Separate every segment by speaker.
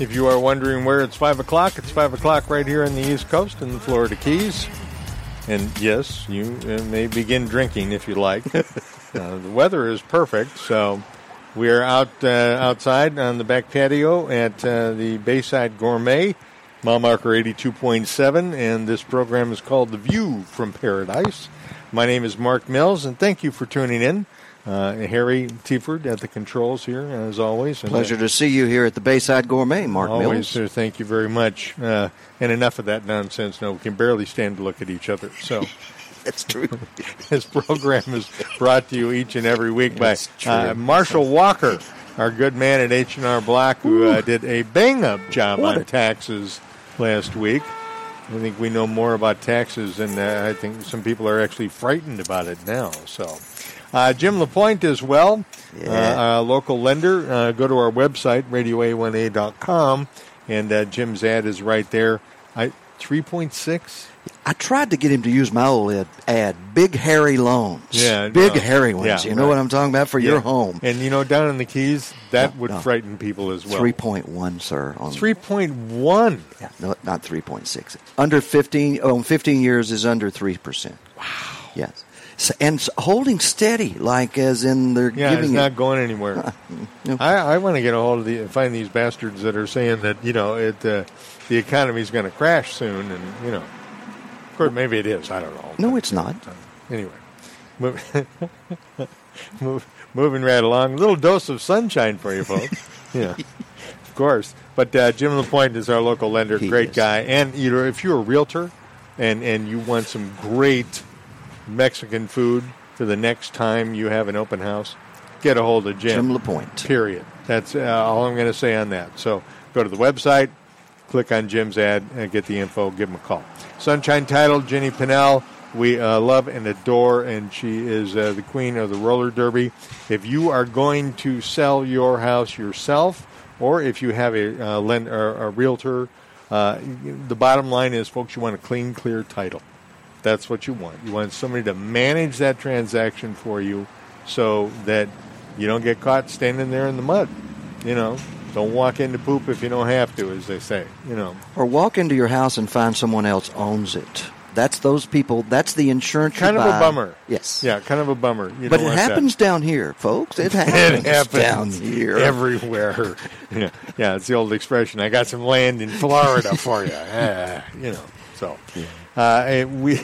Speaker 1: If you are wondering where it's 5 o'clock, it's 5 o'clock right here on the East Coast in the Florida Keys. And yes, you uh, may begin drinking if you like. uh, the weather is perfect, so we are out uh, outside on the back patio at uh, the Bayside Gourmet, mile marker 82.7, and this program is called The View from Paradise. My name is Mark Mills, and thank you for tuning in. Uh, Harry Tieford at the controls here, as always. And, uh,
Speaker 2: Pleasure to see you here at the Bayside Gourmet, Mark
Speaker 1: Always,
Speaker 2: Mills.
Speaker 1: sir. Thank you very much. Uh, and enough of that nonsense. No, we can barely stand to look at each other. So
Speaker 2: That's true.
Speaker 1: this program is brought to you each and every week by
Speaker 2: That's true.
Speaker 1: uh, Marshall Walker, our good man at H and R Block, who uh, did a bang up job
Speaker 2: What
Speaker 1: on
Speaker 2: a-
Speaker 1: taxes last week. I think we know more about taxes, and uh, I think some people are actually frightened about it now. So, uh, Jim Lapointe as well,
Speaker 2: Yeah.
Speaker 1: uh, a local lender. Uh, go to our website radioa1a.com, and uh, Jim's ad is right there. I three point six.
Speaker 2: I tried to get him to use my old ad, ad big hairy loans.
Speaker 1: Yeah,
Speaker 2: big
Speaker 1: no.
Speaker 2: hairy ones.
Speaker 1: Yeah,
Speaker 2: you know
Speaker 1: right.
Speaker 2: what I'm talking about for your
Speaker 1: Yeah.
Speaker 2: home.
Speaker 1: And you know, down in the Keys, that
Speaker 2: No,
Speaker 1: would
Speaker 2: no.
Speaker 1: frighten people as well.
Speaker 2: Three point one, sir. On
Speaker 1: 3.1.
Speaker 2: yeah, no, not three point six. Under fifteen. oh, On fifteen years is under three percent. Wow. Yes. So, and s holding steady, like as in they're
Speaker 1: Yeah,
Speaker 2: giving
Speaker 1: it's
Speaker 2: it-
Speaker 1: not going anywhere.
Speaker 2: no.
Speaker 1: I, I want to get a hold of the find these bastards that are saying that you know it uh, the economy's going to crash soon, and you know, of course, maybe it is. I don't know.
Speaker 2: No, it's not.
Speaker 1: Anyway, move, move, moving right along. A little dose of sunshine for you folks. yeah, of course. But uh, Jim Lapointe is our local lender.
Speaker 2: He
Speaker 1: great
Speaker 2: is.
Speaker 1: guy. And you know, if you're a realtor and and you want some great Mexican food for the next time you have an open house, get a hold of Jim.
Speaker 2: Jim Lapointe.
Speaker 1: Period. That's uh, all I'm going to say on that. So go to the website, click on Jim's ad, and get the info. Give him a call. Sunshine Title, Jenny Pinnell. We uh, love and adore, and she is uh, the queen of the roller derby. If you are going to sell your house yourself, or if you have a uh, lend- or a realtor, uh, the bottom line is, folks, you want a clean, clear title. That's what you want. You want somebody to manage that transaction for you so that you don't get caught standing there in the mud. You know, don't walk into poop if you don't have to, as they say. You know,
Speaker 2: Or walk into your house and find someone else owns it. That's those people. That's the insurance. you
Speaker 1: kind of
Speaker 2: buy.
Speaker 1: a bummer.
Speaker 2: Yes.
Speaker 1: Yeah, kind of a bummer. You
Speaker 2: but
Speaker 1: don't
Speaker 2: it
Speaker 1: want that.
Speaker 2: happens down here, folks. It happens,
Speaker 1: It happens
Speaker 2: down here.
Speaker 1: everywhere. yeah, yeah, it's the old expression. I got some land in Florida for you. Ah, you know, so uh, and we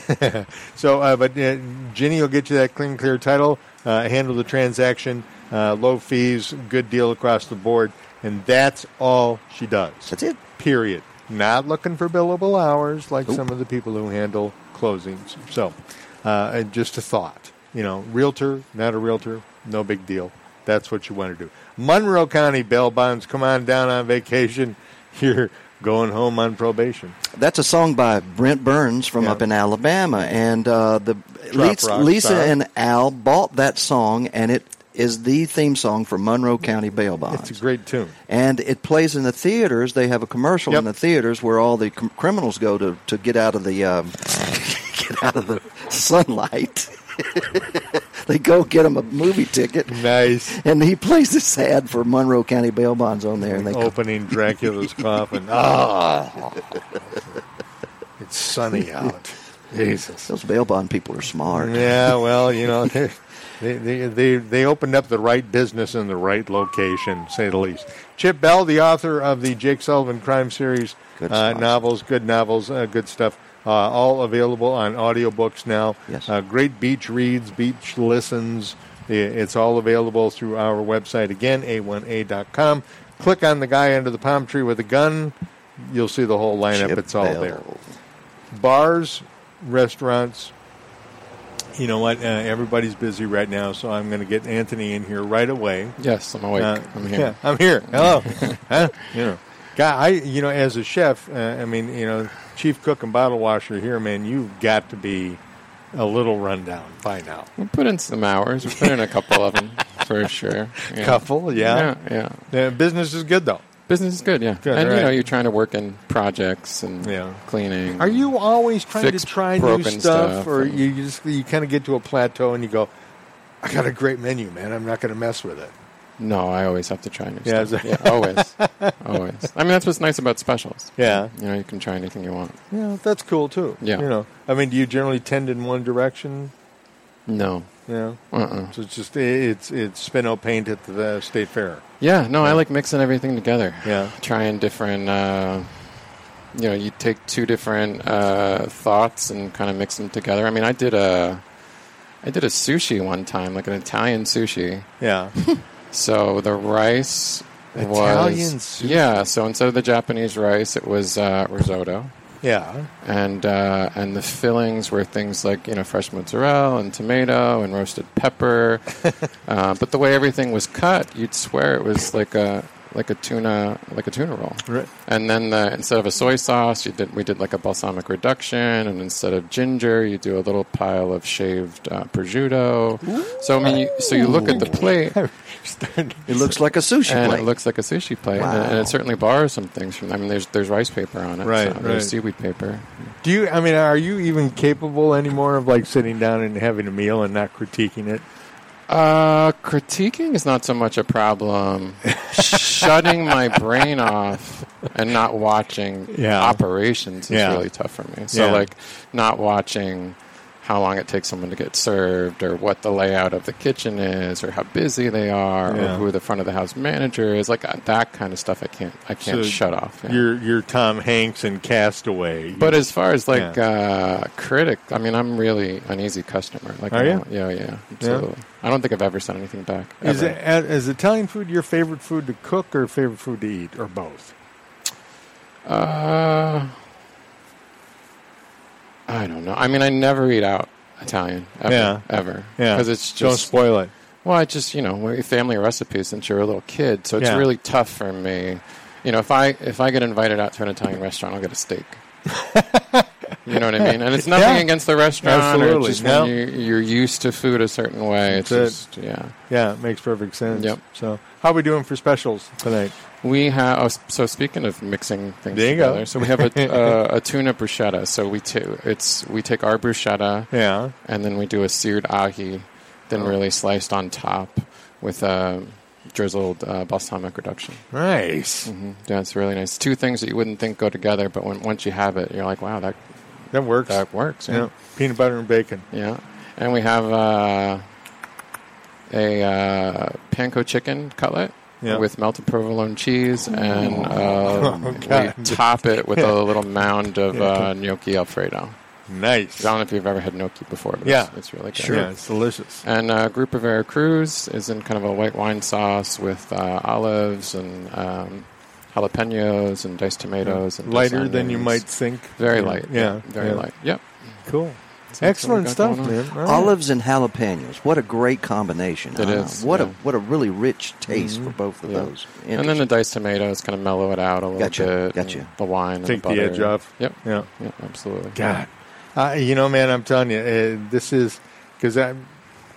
Speaker 1: so uh, but uh, Jenny will get you that clean, clear title, uh, handle the transaction, uh, low fees, good deal across the board, and that's all she does.
Speaker 2: That's it.
Speaker 1: Period. Not looking for billable hours like
Speaker 2: Nope.
Speaker 1: some of the people who handle closings. So, uh, and just a thought. You know, realtor, not a realtor, no big deal. That's what you want to do. Monroe County bail bonds, come on down on vacation. You're going home on probation.
Speaker 2: That's a song by Brent Burns from
Speaker 1: Yeah.
Speaker 2: up in Alabama, and uh, the Lisa,
Speaker 1: rock
Speaker 2: Lisa
Speaker 1: star.
Speaker 2: and Al bought that song, and it is the theme song for Monroe County bail bonds.
Speaker 1: It's a great tune.
Speaker 2: and it plays in the theaters. They have a commercial in
Speaker 1: Yep.
Speaker 2: the theaters where all the com- criminals go to, to get out of the um, get out of the sunlight. they go get them a movie ticket,
Speaker 1: Nice.
Speaker 2: and he plays this ad for Monroe County bail bonds on there, and they go,
Speaker 1: Opening Dracula's coffin. Ah, it's sunny out. Jesus.
Speaker 2: those bail bond people are smart.
Speaker 1: Yeah, well, you know, they, they, they, they, they opened up the right business in the right location, say the least. Chip Bell, the author of the Jake Sullivan crime series
Speaker 2: Good
Speaker 1: uh,
Speaker 2: stuff.
Speaker 1: novels, good novels, uh, good stuff, uh, all available on audiobooks now.
Speaker 2: Yes.
Speaker 1: Uh, great beach reads, beach listens. I- It's all available through our website again, a1a.com. Click on the guy under the palm tree with a gun. You'll see the whole lineup.
Speaker 2: Chip
Speaker 1: it's all
Speaker 2: Bell.
Speaker 1: there bars, restaurants. You know what? Uh, everybody's busy right now, so I'm going to get Anthony in here right away.
Speaker 3: Yes, I'm awake.
Speaker 1: Uh,
Speaker 3: I'm here.
Speaker 1: yeah, I'm here. Hello. huh? You know, guy. I you know as a chef, uh, I mean you know chief cook and bottle washer here, man. You've got to be a little rundown by now.
Speaker 3: We put in some hours. We put in a couple of them for sure. Yeah.
Speaker 1: Couple, yeah.
Speaker 3: yeah, yeah.
Speaker 1: Uh, business is good though.
Speaker 3: Business is good, yeah.
Speaker 1: Good,
Speaker 3: and
Speaker 1: right.
Speaker 3: you know, you're trying to work in projects and
Speaker 1: Yeah.
Speaker 3: cleaning.
Speaker 1: Are you always trying
Speaker 3: Fix
Speaker 1: to try new
Speaker 3: broken
Speaker 1: stuff,
Speaker 3: stuff
Speaker 1: or
Speaker 3: and-
Speaker 1: you you just you kind of get to a plateau and you go, "I got a great menu, man. I'm not going to mess with it."
Speaker 3: No, I always have to try new
Speaker 1: Yeah,
Speaker 3: stuff.
Speaker 1: so-
Speaker 3: Yeah, always, always. I mean, that's what's nice about specials.
Speaker 1: Yeah.
Speaker 3: you know, you can try anything you want.
Speaker 1: Yeah, that's cool too.
Speaker 3: Yeah.
Speaker 1: You know, I mean, do you generally tend in one direction?
Speaker 3: No,
Speaker 1: You know,
Speaker 3: uh-uh.
Speaker 1: so it's just it's it's spino paint at the uh, state fair.
Speaker 3: Yeah, no, I like mixing everything together.
Speaker 1: Yeah.
Speaker 3: Trying different, uh, you know, you take two different uh, thoughts and kind of mix them together. I mean, I did a, I did a sushi one time, like an Italian sushi.
Speaker 1: Yeah.
Speaker 3: So the rice was
Speaker 1: Italian sushi.
Speaker 3: yeah. So instead of the Japanese rice, it was uh, risotto.
Speaker 1: yeah.
Speaker 3: and uh, and the fillings were things like you know fresh mozzarella and tomato and roasted pepper. uh, but the way everything was cut, you'd swear it was like a like a tuna like a tuna roll.
Speaker 1: Right.
Speaker 3: And then the, instead of a soy sauce, you did we did like a balsamic reduction, and instead of ginger, you do a little pile of shaved uh, prosciutto. So I mean, you, so you look at the plate.
Speaker 2: It looks like a sushi
Speaker 3: And
Speaker 2: plate.
Speaker 3: it looks like a sushi plate,
Speaker 2: Wow.
Speaker 3: and, and it certainly borrows some things from. I mean, there's there's rice paper on it,
Speaker 1: Right,
Speaker 3: so-
Speaker 1: right.
Speaker 3: There's seaweed paper.
Speaker 1: Do you? I mean, are you even capable anymore of like sitting down and having a meal and not critiquing it?
Speaker 3: Uh, critiquing is not so much a problem. Shutting my brain off and not watching
Speaker 1: Yeah.
Speaker 3: operations is
Speaker 1: Yeah.
Speaker 3: really tough for me. So,
Speaker 1: Yeah.
Speaker 3: like, not watching how long it takes someone to get served, or what the layout of the kitchen is, or how busy they are,
Speaker 1: Yeah.
Speaker 3: or who the front of the house manager is, like uh, that kind of stuff. I can't, I
Speaker 1: So
Speaker 3: can't shut off. yeah.
Speaker 1: You're you're Tom Hanks in Castaway.
Speaker 3: But as far as like
Speaker 1: Yeah.
Speaker 3: uh, critic, I mean, I'm really an easy customer. Like,
Speaker 1: Are
Speaker 3: I
Speaker 1: you?
Speaker 3: don't- Yeah, yeah, absolutely. I don't think I've ever sent anything back.
Speaker 1: is,
Speaker 3: ever.
Speaker 1: it, uh, is Italian food your favorite food to cook or favorite food to eat or both?
Speaker 3: Uh, I don't know. I mean, I never eat out Italian ever,
Speaker 1: Yeah.
Speaker 3: ever,
Speaker 1: Yeah.
Speaker 3: because it's
Speaker 1: Don't
Speaker 3: just
Speaker 1: spoil it.
Speaker 3: well, it's just you know we're family recipes since you're a little kid, so it's
Speaker 1: Yeah.
Speaker 3: really tough for me. You know, if I if I get invited out to an Italian restaurant, I'll get a steak. you know what I mean? And it's nothing
Speaker 1: Yeah.
Speaker 3: against the restaurant. Or
Speaker 1: Absolutely.
Speaker 3: it's just
Speaker 1: No.
Speaker 3: when you, you're used to food a certain way. It's
Speaker 1: That's
Speaker 3: just yeah.
Speaker 1: Yeah, it makes perfect sense.
Speaker 3: Yep.
Speaker 1: So, how are we doing for specials tonight?
Speaker 3: We have. Oh, s- so speaking of mixing things
Speaker 1: There you go.
Speaker 3: together, so we have a, uh, a tuna bruschetta. So we t- it's we take our bruschetta
Speaker 1: Yeah. Oh.
Speaker 3: and then we do a seared ahi, then really sliced on top with a drizzled uh, balsamic reduction.
Speaker 1: Nice.
Speaker 3: hmm Yeah, it's really nice. Two things that you wouldn't think go together, but when, once you have it, you're like, wow, that
Speaker 1: That works.
Speaker 3: that works.
Speaker 1: yeah. Peanut butter and bacon.
Speaker 3: Yeah, and we have uh, a uh, panko chicken cutlet
Speaker 1: Yeah.
Speaker 3: with melted provolone cheese, and
Speaker 1: Oh,
Speaker 3: um,
Speaker 1: God.
Speaker 3: we top it with a little mound of
Speaker 1: Yeah.
Speaker 3: uh, gnocchi alfredo. I
Speaker 1: Nice.
Speaker 3: don't know if you've ever had gnocchi before, but
Speaker 1: Yeah.
Speaker 3: it's, it's really good.
Speaker 1: Sure. Yeah, it's delicious.
Speaker 3: And uh, Group of Veracruz is in kind of a white wine sauce with uh, olives and um, jalapenos and diced tomatoes. and diced
Speaker 1: Lighter than you
Speaker 3: onions.
Speaker 1: might think.
Speaker 3: Very light.
Speaker 1: Yeah.
Speaker 3: Very
Speaker 1: yeah.
Speaker 3: light. Yep.
Speaker 1: Cool.
Speaker 3: So that's what we
Speaker 1: Excellent
Speaker 3: got
Speaker 1: stuff,
Speaker 3: going on.
Speaker 1: man. All right.
Speaker 2: Olives and jalapenos. What a great combination.
Speaker 3: It
Speaker 2: huh?
Speaker 3: is,
Speaker 2: What a
Speaker 3: yeah.
Speaker 2: what a really rich taste
Speaker 1: Mm-hmm.
Speaker 2: for both of
Speaker 3: Yeah.
Speaker 2: those.
Speaker 3: And then the diced tomatoes kind of mellow it out a little
Speaker 2: Gotcha,
Speaker 3: bit.
Speaker 2: gotcha.
Speaker 3: and The wine, and
Speaker 1: Take
Speaker 3: the,
Speaker 1: the
Speaker 3: butter.
Speaker 1: edge off.
Speaker 3: Yep,
Speaker 1: Yeah.
Speaker 3: yep, absolutely.
Speaker 1: God. Uh, you know, man, I'm telling you, uh, this is because I've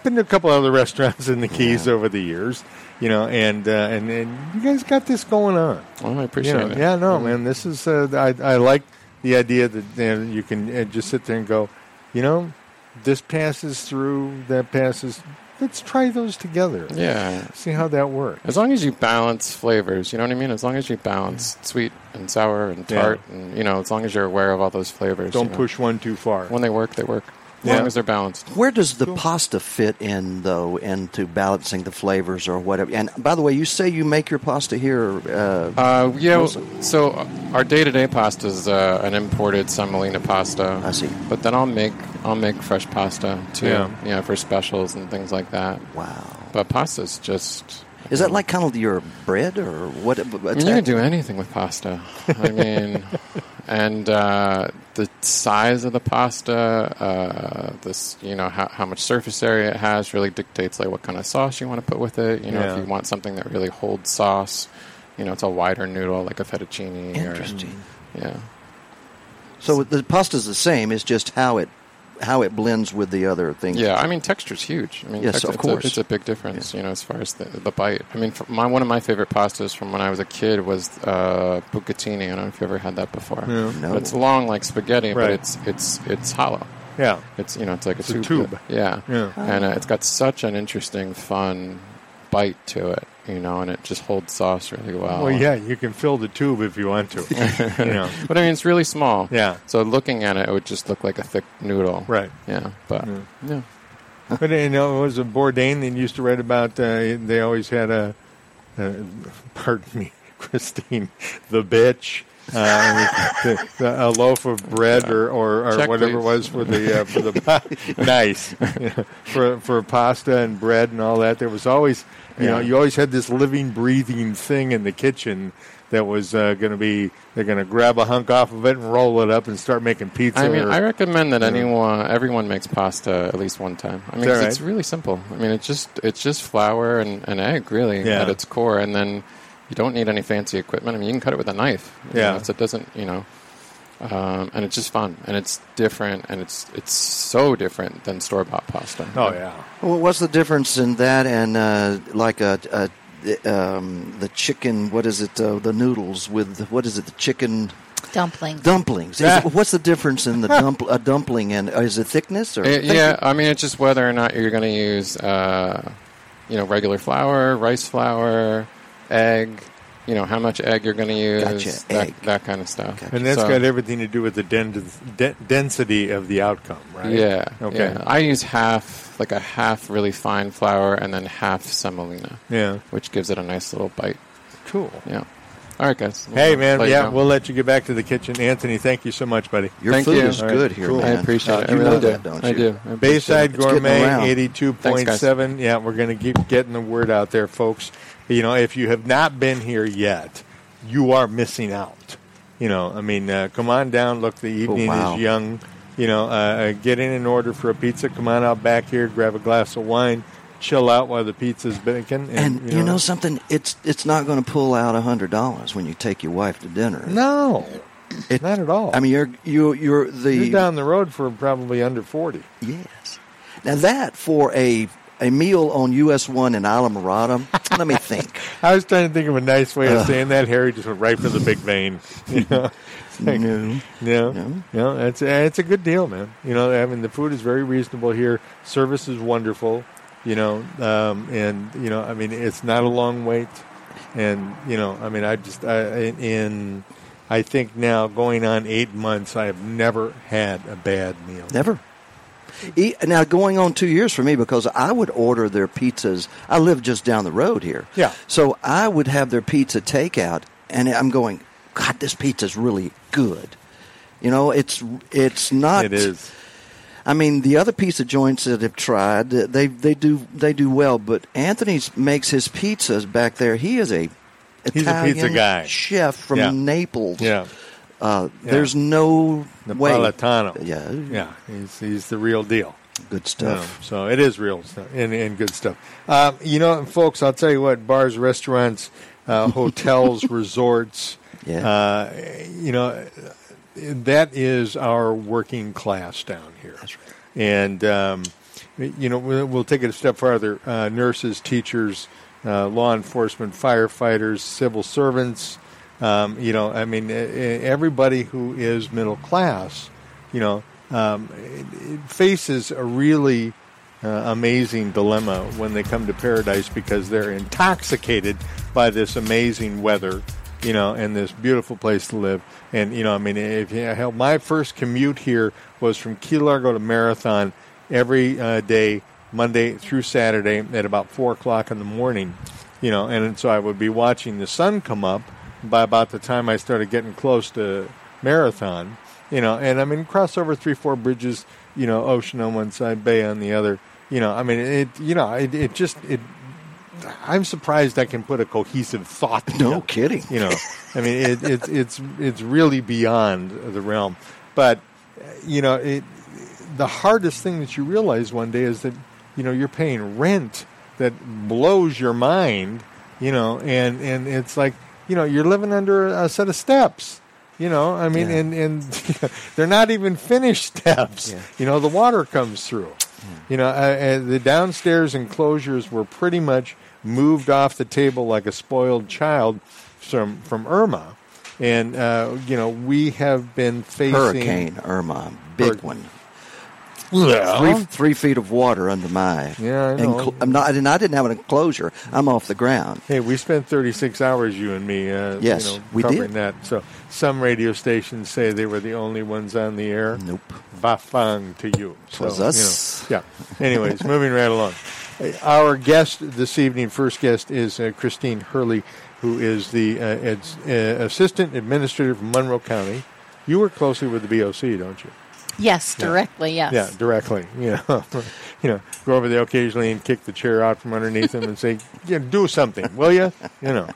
Speaker 1: been to a couple other restaurants in the Keys over the years, you know, and, uh, and and you guys got this going on.
Speaker 3: Well, Oh, I
Speaker 1: You
Speaker 3: appreciate
Speaker 1: know,
Speaker 3: it. Mm-hmm.
Speaker 1: yeah, no, man, this is, uh, I, I like the idea that you, know, you can uh, just sit there and go, you know, this passes through, that passes. Let's try those together.
Speaker 3: Yeah.
Speaker 1: See how that works.
Speaker 3: As long as you balance flavors, you know what I mean. As long as you balance sweet and sour and
Speaker 1: Yeah.
Speaker 3: tart, and you know, as long as you're aware of all those flavors. you
Speaker 1: Don't
Speaker 3: know.
Speaker 1: push one too far.
Speaker 3: When they work, they work. As
Speaker 1: Yeah.
Speaker 3: long as they're balanced.
Speaker 2: Where does the pasta fit in, though, into balancing the flavors or whatever? And by the way, you say you make your pasta here. Uh,
Speaker 3: Uh, yeah. well, So uh, our day-to-day pasta is uh, an imported semolina pasta.
Speaker 2: I see.
Speaker 3: But then I'll make I'll make fresh pasta too.
Speaker 1: Yeah.
Speaker 3: You know, for specials and things like that.
Speaker 2: wow.
Speaker 3: But pasta's just
Speaker 2: Is that like kind of your bread or what?
Speaker 3: I mean, you can do anything with pasta. I mean, and uh, the size of the pasta, uh, this you know how, how much surface area it has really dictates like what kind of sauce you want to put with it. You know,
Speaker 1: Yeah.
Speaker 3: if you want something that really holds sauce, you know, it's a wider noodle like a fettuccine.
Speaker 2: Interesting.
Speaker 3: Or, yeah.
Speaker 2: So the pasta's the same. It's just how it how it blends with the other things.
Speaker 3: Yeah, I mean texture's huge. I mean,
Speaker 2: Yes,
Speaker 3: texture-
Speaker 2: of
Speaker 3: it's a-
Speaker 2: course.
Speaker 3: it's a, big difference, you know, as far as the, the bite. I mean, for my one of my favorite pastas from when I was a kid was uh, bucatini. I don't know if you ever had that before.
Speaker 1: Yeah.
Speaker 2: No.
Speaker 3: But it's long like spaghetti,
Speaker 1: Right.
Speaker 3: but it's it's it's hollow.
Speaker 1: yeah.
Speaker 3: It's you know, it's like
Speaker 1: It's a
Speaker 3: a tube.
Speaker 1: tube.
Speaker 3: Yeah,
Speaker 1: Yeah.
Speaker 3: and uh, it's got such an interesting, fun bite to it, you know, and it just holds sauce really well.
Speaker 1: Well, yeah, you can fill the tube if you want to. you know.
Speaker 3: But I mean, it's really small.
Speaker 1: Yeah.
Speaker 3: So looking at it, it would just look like a thick noodle.
Speaker 1: Right.
Speaker 3: Yeah. But yeah.
Speaker 1: But you know, it was a Bourdain that used to write about. Uh, they always had a, uh, pardon me, Christine, the bitch, uh, the, the, a loaf of bread or, or, or
Speaker 3: Check,
Speaker 1: whatever it
Speaker 3: please.
Speaker 1: was for the uh, for the pa- nice for for pasta and bread and all that. There was always, you know,
Speaker 3: Yeah.
Speaker 1: you always had this living, breathing thing in the kitchen. That was uh, going to be. They're going to grab a hunk off of it and roll it up and start making pizza.
Speaker 3: I mean,
Speaker 1: or-
Speaker 3: I recommend that anyone, everyone makes pasta at least one time. I mean, 'cause
Speaker 1: Alright.
Speaker 3: it's really simple. I mean, it's just it's just flour and, and egg really
Speaker 1: Yeah.
Speaker 3: at its core, and then you don't need any fancy equipment. I mean, you can cut it with a knife. you
Speaker 1: Yeah.
Speaker 3: know, so it doesn't, you know, um, and it's just fun and it's different and it's it's so different than store bought pasta.
Speaker 1: oh yeah,
Speaker 2: Well, what's the difference in that and uh, like a, a the, um, the chicken? What is it? Uh, the noodles with what is it? The chicken
Speaker 4: Dumplings.
Speaker 2: dumplings. Is-
Speaker 1: Yeah.
Speaker 2: what's the difference in the dumpl- a dumpling and uh, is it thickness or
Speaker 3: Uh, yeah, I mean, it's just whether or not you're going to use, uh, you know, regular flour, rice flour, egg. You know, how much egg you're going to use.
Speaker 2: Gotcha,
Speaker 3: that,
Speaker 2: egg.
Speaker 3: that kind of stuff.
Speaker 1: And that's
Speaker 3: So-
Speaker 1: got everything to do with the den- de- density of the outcome, right?
Speaker 3: Yeah.
Speaker 1: Okay.
Speaker 3: yeah. I use half, like a half really fine flour, and then half semolina,
Speaker 1: Yeah.
Speaker 3: which gives it a nice little bite.
Speaker 1: Cool.
Speaker 3: Yeah. All right, guys.
Speaker 1: Hey, man.
Speaker 3: Let you
Speaker 1: yeah,
Speaker 3: go.
Speaker 1: we'll let you get back to the kitchen. Anthony, thank you so much, buddy.
Speaker 2: Your
Speaker 3: Thank
Speaker 2: food
Speaker 3: you.
Speaker 2: is
Speaker 3: All
Speaker 1: right,
Speaker 2: good here,
Speaker 1: cool.
Speaker 3: I
Speaker 2: man.
Speaker 3: appreciate
Speaker 2: Uh,
Speaker 3: it. I
Speaker 2: You
Speaker 3: really
Speaker 2: know
Speaker 3: do.
Speaker 2: that, don't you?
Speaker 3: I do. I appreciate it.
Speaker 1: Bayside
Speaker 2: It's getting
Speaker 1: Gourmet
Speaker 2: around.
Speaker 1: 82.7. Yeah, we're going to keep getting the word out there, folks. You know, if you have not been here yet, you are missing out. You know, I mean, uh, come on down. Look, the evening
Speaker 2: Oh, wow.
Speaker 1: is young. You know, uh, uh, get in an order for a pizza. Come on out back here, grab a glass of wine, chill out while the pizza's baking.
Speaker 2: And you know something? It's it's not going to pull out a hundred dollars when you take your wife to dinner.
Speaker 1: no.
Speaker 2: It-
Speaker 1: not at all.
Speaker 2: I mean, you're you you're the
Speaker 1: You're down the road for probably under 40.
Speaker 2: yes. Now that for a a meal on US one in Isla Mirada. let me think.
Speaker 1: I was trying to think of a nice way of
Speaker 2: Uh.
Speaker 1: saying that. Harry just went right for the big vein. You know?
Speaker 2: no.
Speaker 1: Yeah.
Speaker 2: No.
Speaker 1: Yeah, it's, eh, it's a good deal, man. You know, I mean, the food is very reasonable here. Service is wonderful, you know, um, and, you know, I mean, it's not a long wait. And, you know, I mean, I just, I, in- in, I think now going on eight months, I have never had a bad meal.
Speaker 2: Never. E- Now going on two years for me because I would order their pizzas. I live just down the road here.
Speaker 1: Yeah.
Speaker 2: So I would have their pizza takeout, and I'm going, God, this pizza's really good. You know, it's it's not.
Speaker 1: It is.
Speaker 2: I mean, the other pizza joints that have tried, they they do they do well, but Anthony's makes his pizzas back there. He is a
Speaker 1: a
Speaker 2: Italian
Speaker 1: pizza guy.
Speaker 2: chef from
Speaker 1: Yeah.
Speaker 2: Naples.
Speaker 1: Yeah.
Speaker 2: Uh,
Speaker 1: Yeah.
Speaker 2: There's no
Speaker 1: Napolitano.
Speaker 2: way. Yeah.
Speaker 1: Yeah. He's, he's the real deal.
Speaker 2: Good
Speaker 1: No,
Speaker 2: stuff.
Speaker 1: so it is real stuff and, and good stuff. Um, you know, folks, I'll tell you what: bars, restaurants, uh, hotels, resorts.
Speaker 2: Yeah.
Speaker 1: Uh, you know, that is our working class down here. That's right. And um, you know, we'll, we'll take it a step farther: uh, nurses, teachers, uh, law enforcement, firefighters, civil servants. Um, you know, I mean, e- e- everybody who is middle class, you know, um, it, it faces a really uh, amazing dilemma when they come to paradise because they're intoxicated by this amazing weather, you know, and this beautiful place to live. And you know, I mean, if you hell, my first commute here was from Key Largo to Marathon every uh, day, Monday through Saturday, at about four o'clock in the morning, you know, and so I would be watching the sun come up by about the time I started getting close to Marathon you know, and I mean, cross over three, four bridges, you know, ocean on one side, bay on the other, you know, I mean, it, you know, it, it just, it, I'm surprised I can put a cohesive thought.
Speaker 2: No
Speaker 1: together.
Speaker 2: kidding.
Speaker 1: You know, I mean, it, it's it's it's really beyond the realm. But you know, it the hardest thing that you realize one day is that you know you're paying rent that blows your mind. You know, and and it's like you know you're living under a set of steps. You know, I mean,
Speaker 2: Yeah.
Speaker 1: and and they're not even finished steps.
Speaker 2: Yeah. Hmm.
Speaker 1: You know, the water comes through. You know, uh, uh, the downstairs enclosures were pretty much moved off the table like a spoiled child from from Irma, and uh, you know we have been facing
Speaker 2: Hurricane Irma, big
Speaker 1: Hurricane.
Speaker 2: one.
Speaker 1: Well,
Speaker 2: three three feet of water under my.
Speaker 1: Yeah, I know.
Speaker 2: enclo- I'm not, and I didn't have an enclosure. I'm off the ground.
Speaker 1: Hey, we spent 36 hours, you and me, uh,
Speaker 2: Yes,
Speaker 1: you know,
Speaker 2: we did.
Speaker 1: covering that. So some radio stations say they were the only ones on the air.
Speaker 2: Nope.
Speaker 1: Vafang to you. So,
Speaker 2: Twas us.
Speaker 1: you know, yeah. Anyways, moving right along. Uh, Our guest this evening, first guest, is uh, Christine Hurley, who is the uh, ads, uh, assistant administrator from Monroe County. You work closely with the BOC, don't you?
Speaker 4: Yes, directly, yes.
Speaker 1: Yeah, directly. You know, you know, go over there occasionally and kick the chair out from underneath them and say, yeah, "Do something, will you?" You know.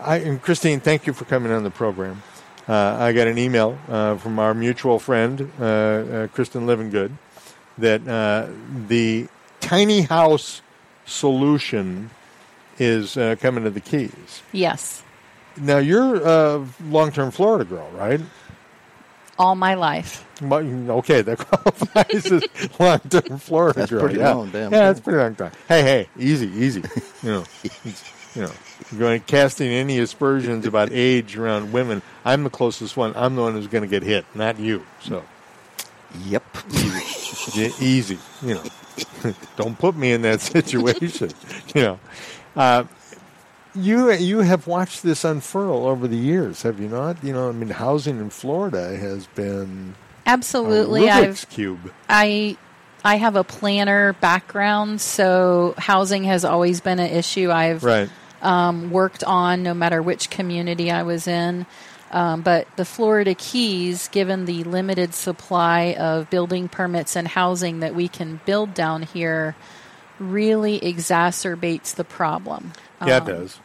Speaker 1: I and Christine, thank you for coming on the program. Uh, I got an email uh, from our mutual friend uh, uh, Kristen Livingood that uh, the tiny house solution is uh, coming to the Keys.
Speaker 4: Yes.
Speaker 1: Now you're a long-term Florida girl, right?
Speaker 4: All my life.
Speaker 1: Well, you- okay, that qualifies as long-term Florida
Speaker 2: That's
Speaker 1: girl.
Speaker 2: pretty
Speaker 1: yeah.
Speaker 2: long, damn.
Speaker 1: Yeah, that's pretty long time. Hey, hey, easy, easy. You know, it's- you know, you're going casting any aspersions about age around women. I'm the closest one. I'm the one who's going to get hit, not you. So
Speaker 2: Yep.
Speaker 1: yeah, easy. You know, don't put me in that situation. You know, uh, you you have watched this unfurl over the years, have you not? You know, I mean, housing in Florida has been a
Speaker 4: Absolutely.
Speaker 1: Rubik's
Speaker 4: I've
Speaker 1: cube.
Speaker 4: I I have a planner background, so housing has always been an issue I've
Speaker 1: Right.
Speaker 4: um, worked on, no matter which community I was in. Um, but the Florida Keys, given the limited supply of building permits and housing that we can build down here, really exacerbates the problem.
Speaker 1: Yeah, it
Speaker 4: um,
Speaker 1: does.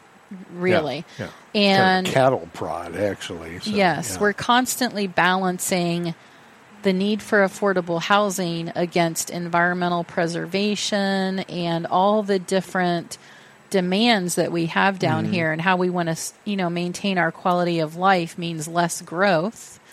Speaker 4: Really.
Speaker 1: Yeah. yeah.
Speaker 4: And
Speaker 1: Kind of cattle prod, actually. so,
Speaker 4: yes,
Speaker 1: yeah.
Speaker 4: we're constantly balancing the need for affordable housing against environmental preservation and all the different demands that we have down
Speaker 1: Mm-hmm.
Speaker 4: here and how we want to, you know, maintain our quality of life means less growth.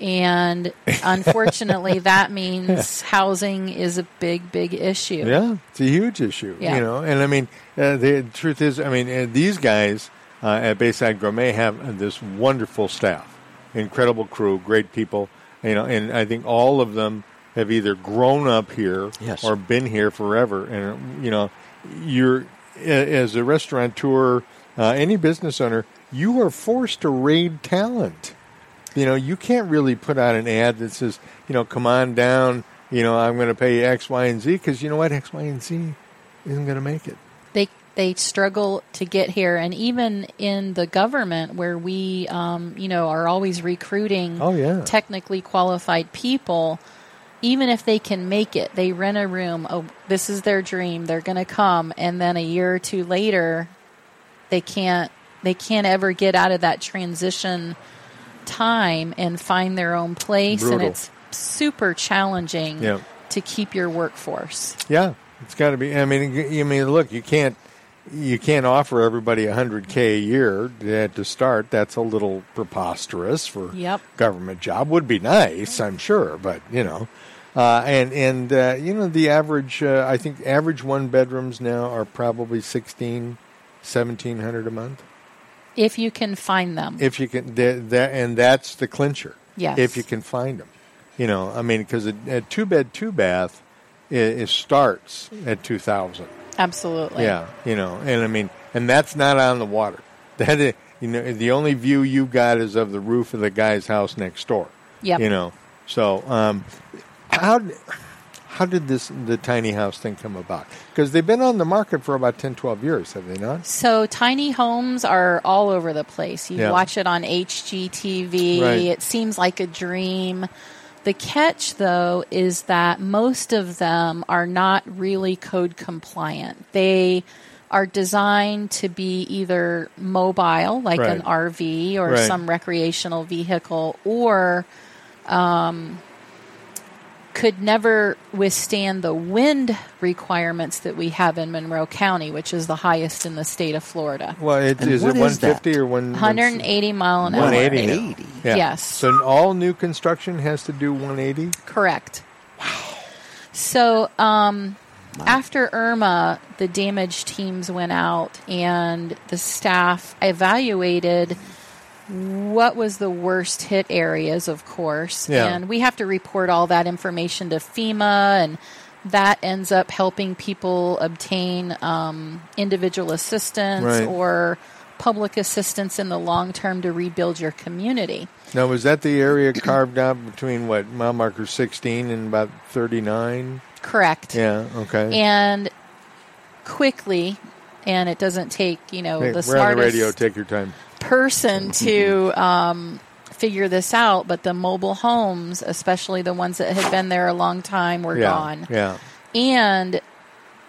Speaker 4: And unfortunately, that means housing is a big, big issue.
Speaker 1: Yeah, it's a huge issue.
Speaker 4: Yeah.
Speaker 1: You know, and I mean, uh, the truth is, I mean, uh, these guys uh, at Bayside Gourmet have uh, this wonderful staff, incredible crew, great people. You know, and I think all of them have either grown up here
Speaker 2: Yes.
Speaker 1: or been here forever. And you know, you're a- as a restaurateur, uh, any business owner, you are forced to raid talent. You know, you can't really put out an ad that says, you know, come on down. You know, I'm going to pay you X, Y, and Z because you know what, X, Y, and Z isn't going to make it.
Speaker 4: they they struggle to get here, and even in the government where we, um, you know, are always recruiting
Speaker 1: Oh, yeah.
Speaker 4: technically qualified people. Even if they can make it, they rent a room. Oh, this is their dream. They're going to come, and then a year or two later, they can't. They can't ever get out of that transition time and find their own place,
Speaker 1: Brutal.
Speaker 4: and it's super challenging
Speaker 1: Yeah.
Speaker 4: to keep your workforce.
Speaker 1: Yeah, it's got to be. I mean, you- I mean, look, you can't you can't offer everybody 100k a year to to start. That's a little preposterous for
Speaker 4: Yep.
Speaker 1: government job. Would be nice, I'm sure, but you know, uh, and and uh, you know, the average uh, I think average one bedrooms now are probably 16, 1700 a month.
Speaker 4: If you can find them,
Speaker 1: if you can that, that and that's the clincher
Speaker 4: Yes.
Speaker 1: if you can find them you know i mean because a, a two bed two bath it, it starts at 2000
Speaker 4: absolutely.
Speaker 1: yeah you know and i mean and that's not on the water that is, you know the only view you got is of the roof of the guy's house next door
Speaker 4: Yep.
Speaker 1: you know so um how how did this the tiny house thing come about because they've been on the market for about 10 12 years have they not
Speaker 4: So tiny homes are all over the place. You
Speaker 1: Yeah.
Speaker 4: watch it on HGTV.
Speaker 1: Right.
Speaker 4: It seems like a dream. The catch, though, is that most of them are not really code compliant. They are designed to be either mobile, like an
Speaker 1: Right.
Speaker 4: RV or
Speaker 1: Right.
Speaker 4: some recreational vehicle, or um, could never withstand the wind requirements that we have in Monroe County, which is the highest in the state of Florida.
Speaker 1: well it,
Speaker 2: And
Speaker 1: is it
Speaker 2: what is that?
Speaker 1: 150 or 1
Speaker 4: 180 mile an hour.
Speaker 1: 180 now.
Speaker 2: 180.
Speaker 1: Yeah.
Speaker 4: Yes.
Speaker 1: So all new construction has to do 180.
Speaker 4: Correct. So um, after Irma, the damage teams went out and the staff evaluated what was the worst hit areas, of course.
Speaker 1: Yeah.
Speaker 4: And we have to report all that information to FEMA, and that ends up helping people obtain um, individual assistance
Speaker 1: Right.
Speaker 4: or public assistance in the long term to rebuild your community.
Speaker 1: Now, was that the area carved out between what mile marker 16 and about 39?
Speaker 4: Correct.
Speaker 1: Yeah. Okay.
Speaker 4: And quickly, and it doesn't take, you know,
Speaker 1: Hey,
Speaker 4: the
Speaker 1: we're on
Speaker 4: smartest
Speaker 1: the radio. Take your time.
Speaker 4: person to um, figure this out, but the mobile homes, especially the ones that had been there a long time, were
Speaker 1: yeah.
Speaker 4: gone.
Speaker 1: Yeah.
Speaker 4: And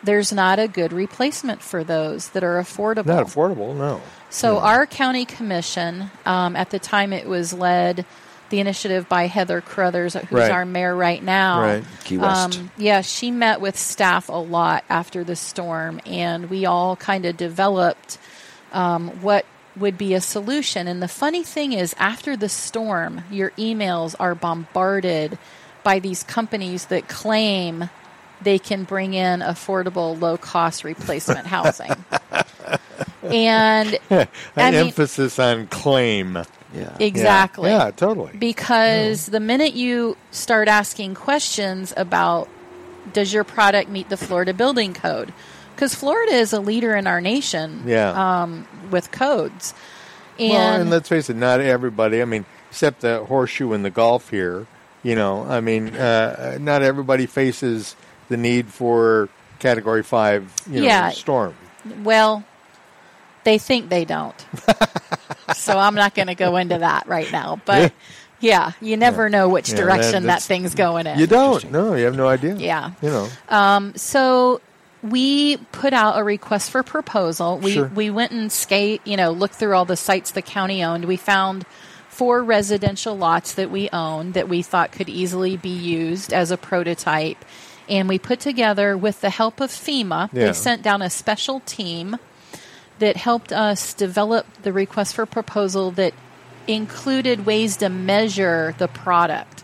Speaker 4: there's not a good replacement for those that are affordable.
Speaker 1: Not affordable. No.
Speaker 4: so, our county commission, um, at the time it was led the initiative by Heather Crothers, who's
Speaker 1: Right.
Speaker 4: our mayor right now.
Speaker 1: Right.
Speaker 2: Key West.
Speaker 4: Um, yeah, she met with staff a lot after the storm, and we all kind of developed um, what would be a solution. And the funny thing is, after the storm, your emails are bombarded by these companies that claim they can bring in affordable, low cost replacement housing. and I
Speaker 1: An
Speaker 4: mean-
Speaker 1: emphasis on claim.
Speaker 2: yeah.
Speaker 1: Yeah.
Speaker 4: exactly.
Speaker 1: Yeah. totally.
Speaker 4: Because the minute you start asking questions about does your product meet the Florida building code? Because Florida is a leader in our nation
Speaker 1: Yeah.
Speaker 4: um, with codes. And,
Speaker 1: well, and let's face it, not everybody. I mean, except the horseshoe and the golf here. You know, I mean, uh, not everybody faces the need for Category Five. You know,
Speaker 4: Yeah.
Speaker 1: storm.
Speaker 4: well, they think they don't. so I'm not going to go into that right now. But yeah, you never know which
Speaker 1: Yeah, that-
Speaker 4: direction that,
Speaker 1: that's-
Speaker 4: thing's going in.
Speaker 1: You don't. No, you have no idea.
Speaker 4: Yeah.
Speaker 1: You know.
Speaker 4: Um, so we put out a request for proposal. We
Speaker 1: Sure.
Speaker 4: we went and skate, you know, looked through all the sites the county owned. We found four residential lots that we own that we thought could easily be used as a prototype. And we put together with the help of FEMA,
Speaker 1: Yeah.
Speaker 4: they sent down a special team that helped us develop the request for proposal that included ways to measure the product.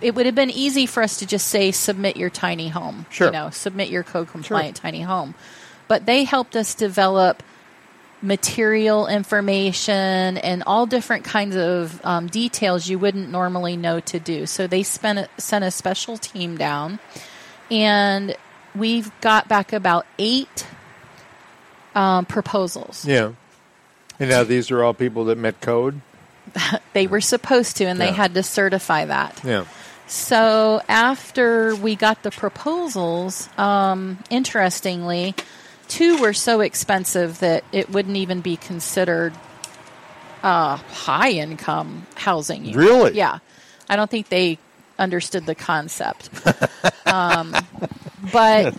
Speaker 4: It would have been easy for us to just say submit your tiny home,
Speaker 1: Sure.
Speaker 4: you know, submit your code compliant tiny home. But they helped us develop material information and all different kinds of um, details you wouldn't normally know to do. So they spent a, sent a special team down, and we've got back about eight um, proposals.
Speaker 1: Yeah. And now these are all people that met code.
Speaker 4: They were supposed to, and
Speaker 1: Yeah.
Speaker 4: they had to certify that.
Speaker 1: Yeah.
Speaker 4: So after we got the proposals, um, interestingly, two were so expensive that it wouldn't even be considered uh, high income housing. unit.
Speaker 1: Really?
Speaker 4: Yeah. I don't think they understood the concept. um, but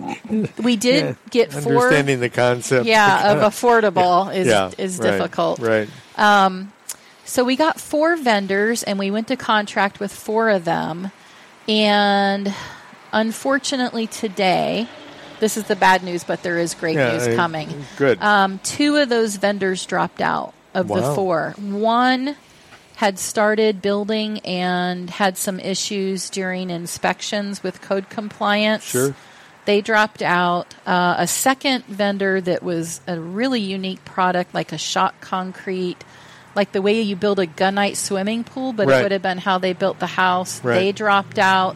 Speaker 4: we did get four.
Speaker 1: Understanding the concept.
Speaker 4: Yeah, of affordable is
Speaker 1: Yeah,
Speaker 4: is
Speaker 1: right,
Speaker 4: difficult.
Speaker 1: Right.
Speaker 4: Um, So we got four vendors and we went to contract with four of them. And unfortunately, today, this is the bad news, but there is great
Speaker 1: Yeah,
Speaker 4: news
Speaker 1: I-
Speaker 4: coming.
Speaker 1: good.
Speaker 4: Um, two of those vendors dropped out of
Speaker 1: Wow.
Speaker 4: the four. One had started building and had some issues during inspections with code compliance.
Speaker 1: Sure.
Speaker 4: They dropped out. Uh, a second vendor that was a really unique product, like a shot concrete, like the way you build a gunite swimming pool, but
Speaker 1: Right.
Speaker 4: it would have been how they built the house.
Speaker 1: Right.
Speaker 4: They dropped out.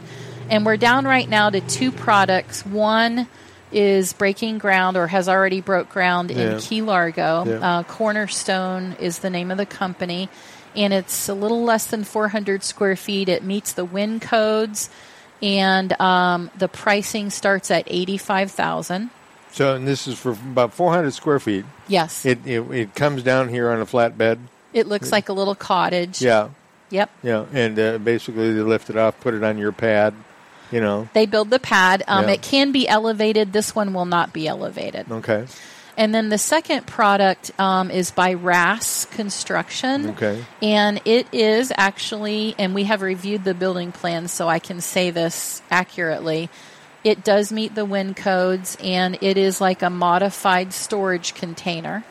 Speaker 4: And we're down right now to two products. One is breaking ground or has already broke ground
Speaker 1: Yeah.
Speaker 4: in Key Largo.
Speaker 1: Yeah.
Speaker 4: Uh, Cornerstone is the name of the company, and it's a little less than 400 square feet. It meets the wind codes, and um, the pricing starts at 85,000.
Speaker 1: So, and this is for about 400 square feet.
Speaker 4: Yes, it,
Speaker 1: It, it it comes down here on a flatbed.
Speaker 4: looks like a little cottage.
Speaker 1: Yeah.
Speaker 4: Yep.
Speaker 1: Yeah. And uh, basically, they lift it off, put it on your pad. You know.
Speaker 4: They build the pad. Um,
Speaker 1: Yeah.
Speaker 4: It can be elevated. This one will not be elevated.
Speaker 1: Okay.
Speaker 4: And then the second product um, is by RAS Construction.
Speaker 1: Okay.
Speaker 4: And it is actually, and we have reviewed the building plans, so I can say this accurately. It does meet the wind codes, and it is like a modified storage container.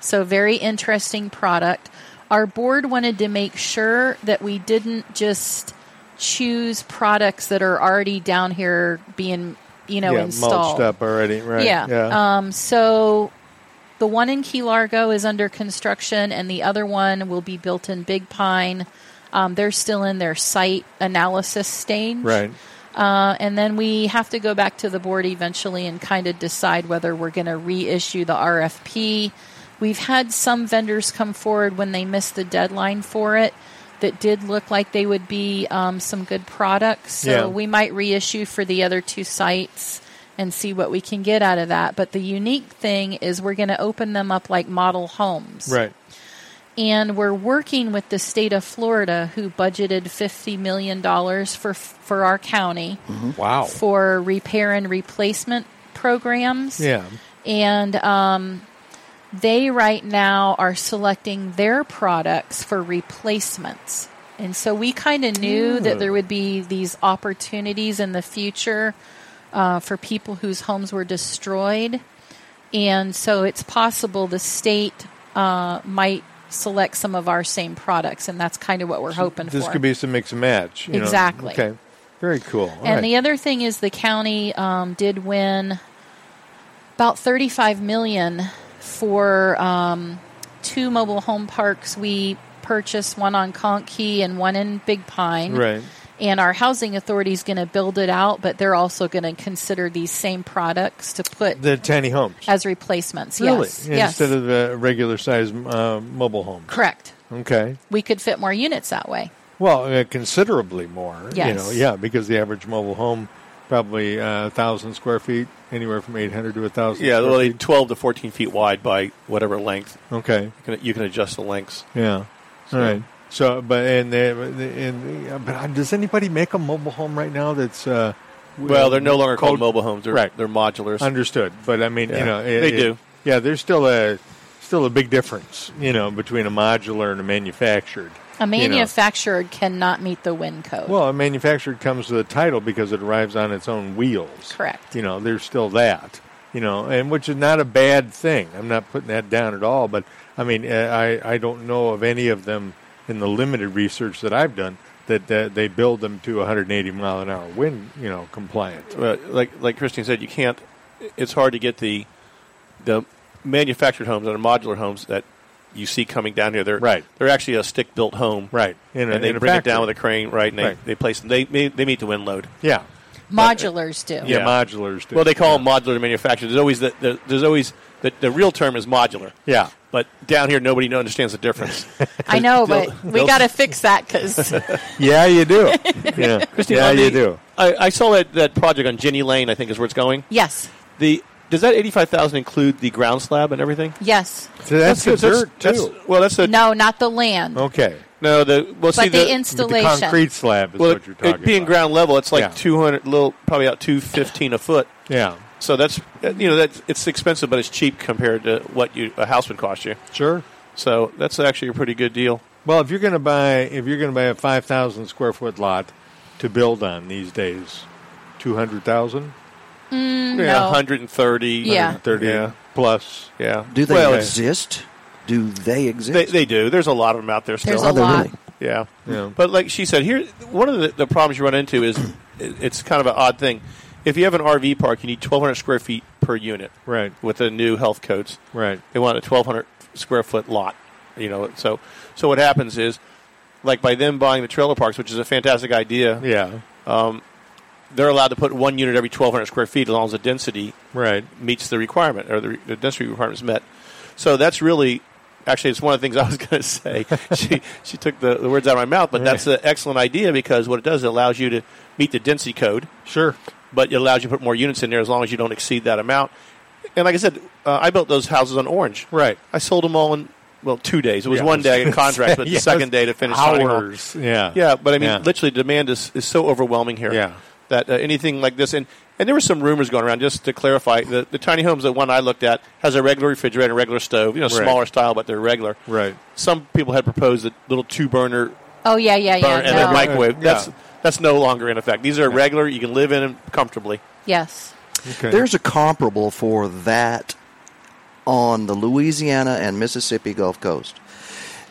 Speaker 4: So, very interesting product. Our board wanted to make sure that we didn't just choose products that are already down here being, you know,
Speaker 1: yeah.
Speaker 4: installed.
Speaker 1: Mulched up already. Right.
Speaker 4: Yeah.
Speaker 1: Yeah.
Speaker 4: Um, so The one in Key Largo is under construction, and the other one will be built in Big Pine. Um, they're still in their site analysis stage.
Speaker 1: Right.
Speaker 4: Uh, and then we have to go back to the board eventually and kind of decide whether we're going to reissue the RFP. We've had some vendors come forward when they missed the deadline for it that did look like they would be um, some good products. So
Speaker 1: Yeah.
Speaker 4: we might reissue for the other two sites and see what we can get out of that. But the unique thing is we're going to open them up like model homes
Speaker 1: Right.
Speaker 4: and we're working with the state of Florida, who budgeted fifty million dollars for for our county
Speaker 1: Mm-hmm. Wow.
Speaker 4: for repair and replacement programs.
Speaker 1: Yeah.
Speaker 4: and um, they right now are selecting their products for replacements. And so we kind of knew that there would be these opportunities in the future uh, for people whose homes were destroyed. And so it's possible the state uh, might select some of our same products, and that's kind of what we're hoping for.
Speaker 1: This could be some mix and match. you know.
Speaker 4: Exactly.
Speaker 1: Okay. Very cool. All
Speaker 4: and
Speaker 1: right.
Speaker 4: the other thing is the county um, did win about 35 million for um, two mobile home parks we purchased one on conkey and one in big pine
Speaker 1: Right.
Speaker 4: and our housing authority is going to build it out but they're also going to consider these same products to put
Speaker 1: The tiny homes.
Speaker 4: as replacements
Speaker 1: really?
Speaker 4: yes yes
Speaker 1: Instead of the regular size uh, mobile home.
Speaker 4: correct
Speaker 1: Okay.
Speaker 4: we could fit more units that way
Speaker 1: Well, uh, considerably more. You
Speaker 4: Yes.
Speaker 1: know, yeah, because the average mobile home probably a thousand square feet, anywhere from eight hundred to a thousand.
Speaker 5: Yeah, they're only 12 to 14 feet wide by whatever length.
Speaker 1: Okay.
Speaker 5: You can, you can adjust the lengths.
Speaker 1: Yeah. All right. So, but and they, and but does anybody make a mobile home right now? That's uh,
Speaker 5: Well, they're no longer called mobile homes. They're,
Speaker 1: Right.
Speaker 5: they're modulars.
Speaker 1: Understood, but I mean, you
Speaker 5: Yeah.
Speaker 1: know, it-
Speaker 5: They
Speaker 1: it-
Speaker 5: do.
Speaker 1: Yeah, there's still a still a big difference, you know, between a modular and a manufactured.
Speaker 4: a
Speaker 1: you know.
Speaker 4: manufacturer cannot meet the win
Speaker 5: Uh,
Speaker 4: code
Speaker 1: Well, a manufactured comes with a title because it arrives on its own wheels.
Speaker 4: Correct.
Speaker 1: You know, there's still that. You know, and which is not a bad thing. I'm not putting that down at all. But I mean, uh, I I don't know of any of them in the limited research that I've done that uh, they build them to 180 mile an hour wind, you know, compliant.
Speaker 5: Uh, like like Christine said, you can't. It's hard to get the the manufactured homes and the modular homes that you see coming down here. They're
Speaker 1: Right.
Speaker 5: They're actually a stick built home.
Speaker 1: Right. In a-
Speaker 5: and they
Speaker 1: in a
Speaker 5: bring it
Speaker 1: factory.
Speaker 5: down with a crane. Right. And they,
Speaker 1: Right.
Speaker 5: they place them. They they they meet the wind load.
Speaker 1: Yeah.
Speaker 4: modulars do
Speaker 1: Yeah.
Speaker 5: Yeah.
Speaker 1: modulars. Do.
Speaker 5: Well, they call them modular manufactured. There's always the, the there's always the, the real term is modular.
Speaker 1: Yeah.
Speaker 5: But down here, nobody understands the difference.
Speaker 4: i know
Speaker 5: They'll-
Speaker 4: but we
Speaker 5: they'll-
Speaker 4: got to fix that because
Speaker 1: Yeah, you do. Yeah, yeah,
Speaker 5: on
Speaker 1: you
Speaker 5: the-
Speaker 1: do.
Speaker 5: I, I saw that, that project on Ginny Lane. I think is where it's going.
Speaker 4: yes
Speaker 5: The does that eighty five thousand include the ground slab and everything?
Speaker 4: Yes.
Speaker 1: So that's, the dirt
Speaker 5: that's-
Speaker 1: too.
Speaker 5: well, that's the
Speaker 4: No, not the land.
Speaker 1: okay,
Speaker 5: No, the well, see
Speaker 4: But the
Speaker 5: the,
Speaker 1: But
Speaker 4: installation.
Speaker 1: The concrete slab is
Speaker 5: well,
Speaker 1: what you're talking
Speaker 5: it being
Speaker 1: about.
Speaker 5: ground level, it's like
Speaker 1: Yeah.
Speaker 5: two hundred, little probably about two fifteen a foot.
Speaker 1: yeah,
Speaker 5: So that's you know that's it's expensive, but it's cheap compared to what you a house would cost you.
Speaker 1: sure.
Speaker 5: So that's actually a pretty good deal.
Speaker 1: Well, if you're going to buy if you're going to buy a five thousand square foot lot to build on these days, two hundred thousand,
Speaker 5: Yeah,
Speaker 4: Mm,
Speaker 1: Mm,
Speaker 4: No.
Speaker 5: one hundred and thirty.
Speaker 4: Yeah.
Speaker 1: thirty
Speaker 5: Yeah.
Speaker 1: plus.
Speaker 5: yeah.
Speaker 2: Do they
Speaker 5: well, it's-
Speaker 2: exist? Do they exist?
Speaker 5: they, they do. There's a lot of them out there still.
Speaker 4: There's
Speaker 2: Are
Speaker 4: a
Speaker 2: they
Speaker 4: lot.
Speaker 2: really?
Speaker 5: Yeah.
Speaker 1: Yeah.
Speaker 5: But like she said, here one of the, the problems you run into is it- it's kind of an odd thing. If you have an RV park, you need 1,200 square feet per unit
Speaker 1: Right,
Speaker 5: with the new health codes.
Speaker 1: right.
Speaker 5: They want a 1,200 square foot lot. You know, so so what happens is, like by them buying the trailer parks, which is a fantastic idea,
Speaker 1: Yeah,
Speaker 5: um, they're allowed to put one unit every 1,200 square feet as long as the density
Speaker 1: right.
Speaker 5: meets the requirement or the, the density requirement is met. So that's really, actually, it's one of the things I was going to say. she she took the, the words out of my mouth, but that's an excellent idea because what it does, it allows you to meet the density code,
Speaker 1: Sure.
Speaker 5: but it allows you to put more units in there as long as you don't exceed that amount. And like I said, uh, I built those houses on Orange.
Speaker 1: Right.
Speaker 5: I sold them all in well two days. It was
Speaker 1: Yeah, I
Speaker 5: one
Speaker 1: was
Speaker 5: day in contract, but
Speaker 1: Yeah,
Speaker 5: the second day to finish signing off.
Speaker 1: hours. Yeah,
Speaker 5: Yeah, but I mean,
Speaker 1: Yeah.
Speaker 5: literally, demand is, is so overwhelming here
Speaker 1: Yeah.
Speaker 5: that uh, anything like this, and, and there were some rumors going around, just to clarify, the, the tiny homes, the one I looked at, has a regular refrigerator, regular stove, you know,
Speaker 1: Right.
Speaker 5: smaller style, but they're regular.
Speaker 1: Right.
Speaker 5: Some people had proposed a little two burner
Speaker 4: Oh yeah, yeah, yeah.
Speaker 5: burn and a
Speaker 4: no.
Speaker 5: microwave.
Speaker 1: Yeah.
Speaker 5: That's, that's no longer in effect. These are regular, you can live in them comfortably.
Speaker 4: Yes.
Speaker 1: Okay.
Speaker 2: There's a comparable for that on the Louisiana and Mississippi Gulf Coast.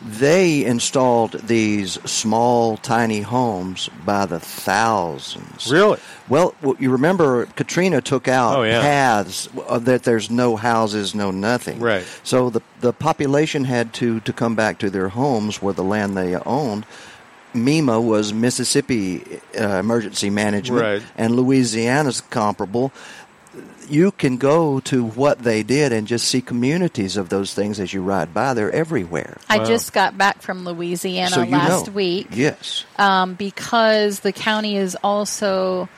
Speaker 2: They installed these small, tiny homes by the thousands.
Speaker 1: Really?
Speaker 2: Well, w- you remember Katrina took out
Speaker 1: Oh, yeah.
Speaker 2: paths uh, that there's no houses, no nothing.
Speaker 1: Right.
Speaker 2: So the the population had to to come back to their homes where the land they owned. MEMA was Mississippi uh, Emergency Management,
Speaker 1: Right.
Speaker 2: and Louisiana's comparable. You can go to what they did and just see communities of those things as you ride by. They're everywhere.
Speaker 4: I just got back from Louisiana
Speaker 2: so you
Speaker 4: last
Speaker 2: know.
Speaker 4: week.
Speaker 2: Yes.
Speaker 4: um, because the county is also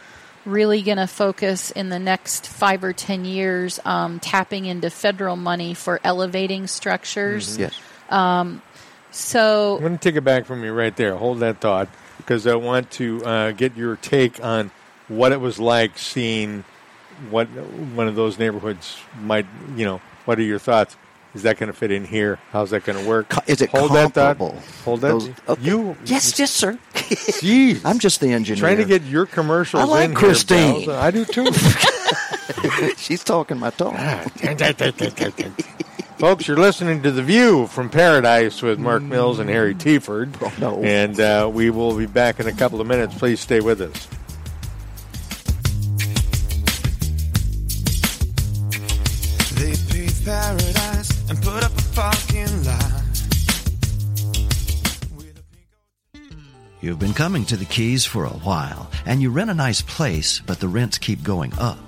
Speaker 4: really going to focus in the next five or ten years um, tapping into federal money for elevating structures. Um,
Speaker 2: Yes.
Speaker 4: So
Speaker 1: I'm going to take it back from you right there. Hold that thought because I want to uh, get your take on what it was like seeing what one of those neighborhoods might, you know, what are your thoughts? Is that going to fit in here? How's that going to work?
Speaker 2: Co- is it
Speaker 1: Hold that
Speaker 2: comparable?
Speaker 1: thought. Hold that.
Speaker 2: Those- okay.
Speaker 1: You,
Speaker 2: Yes, yes, sir.
Speaker 1: jeez.
Speaker 2: I'm just the engineer.
Speaker 1: trying to get your commercials
Speaker 2: I like
Speaker 1: in
Speaker 2: Christine.
Speaker 1: Here, Bells. Uh, I do too.
Speaker 2: She's talking my talk.
Speaker 1: Folks, you're listening to The View from Paradise with Mark Mills and Harry Teeford.
Speaker 2: Oh, no.
Speaker 1: And uh, we will be back in a couple of minutes. Please stay with us.
Speaker 6: They paved paradise and put up a fucking lie. With a pink
Speaker 7: You've been coming to the Keys for a while, and you rent a nice place, but the rents keep going up.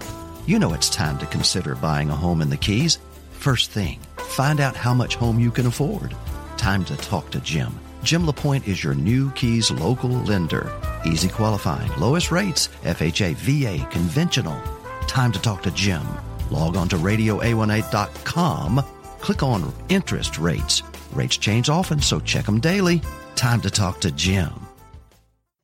Speaker 7: You know it's time to consider buying a home in the Keys. First thing, find out how much home you can afford. Time to talk to Jim. Jim LaPointe is your new Keys local lender. Easy qualifying, lowest rates, FHA, VA, conventional. Time to talk to Jim. Log on to radioa18.com. Click on interest rates. Rates change often, so check them daily. Time to talk to Jim.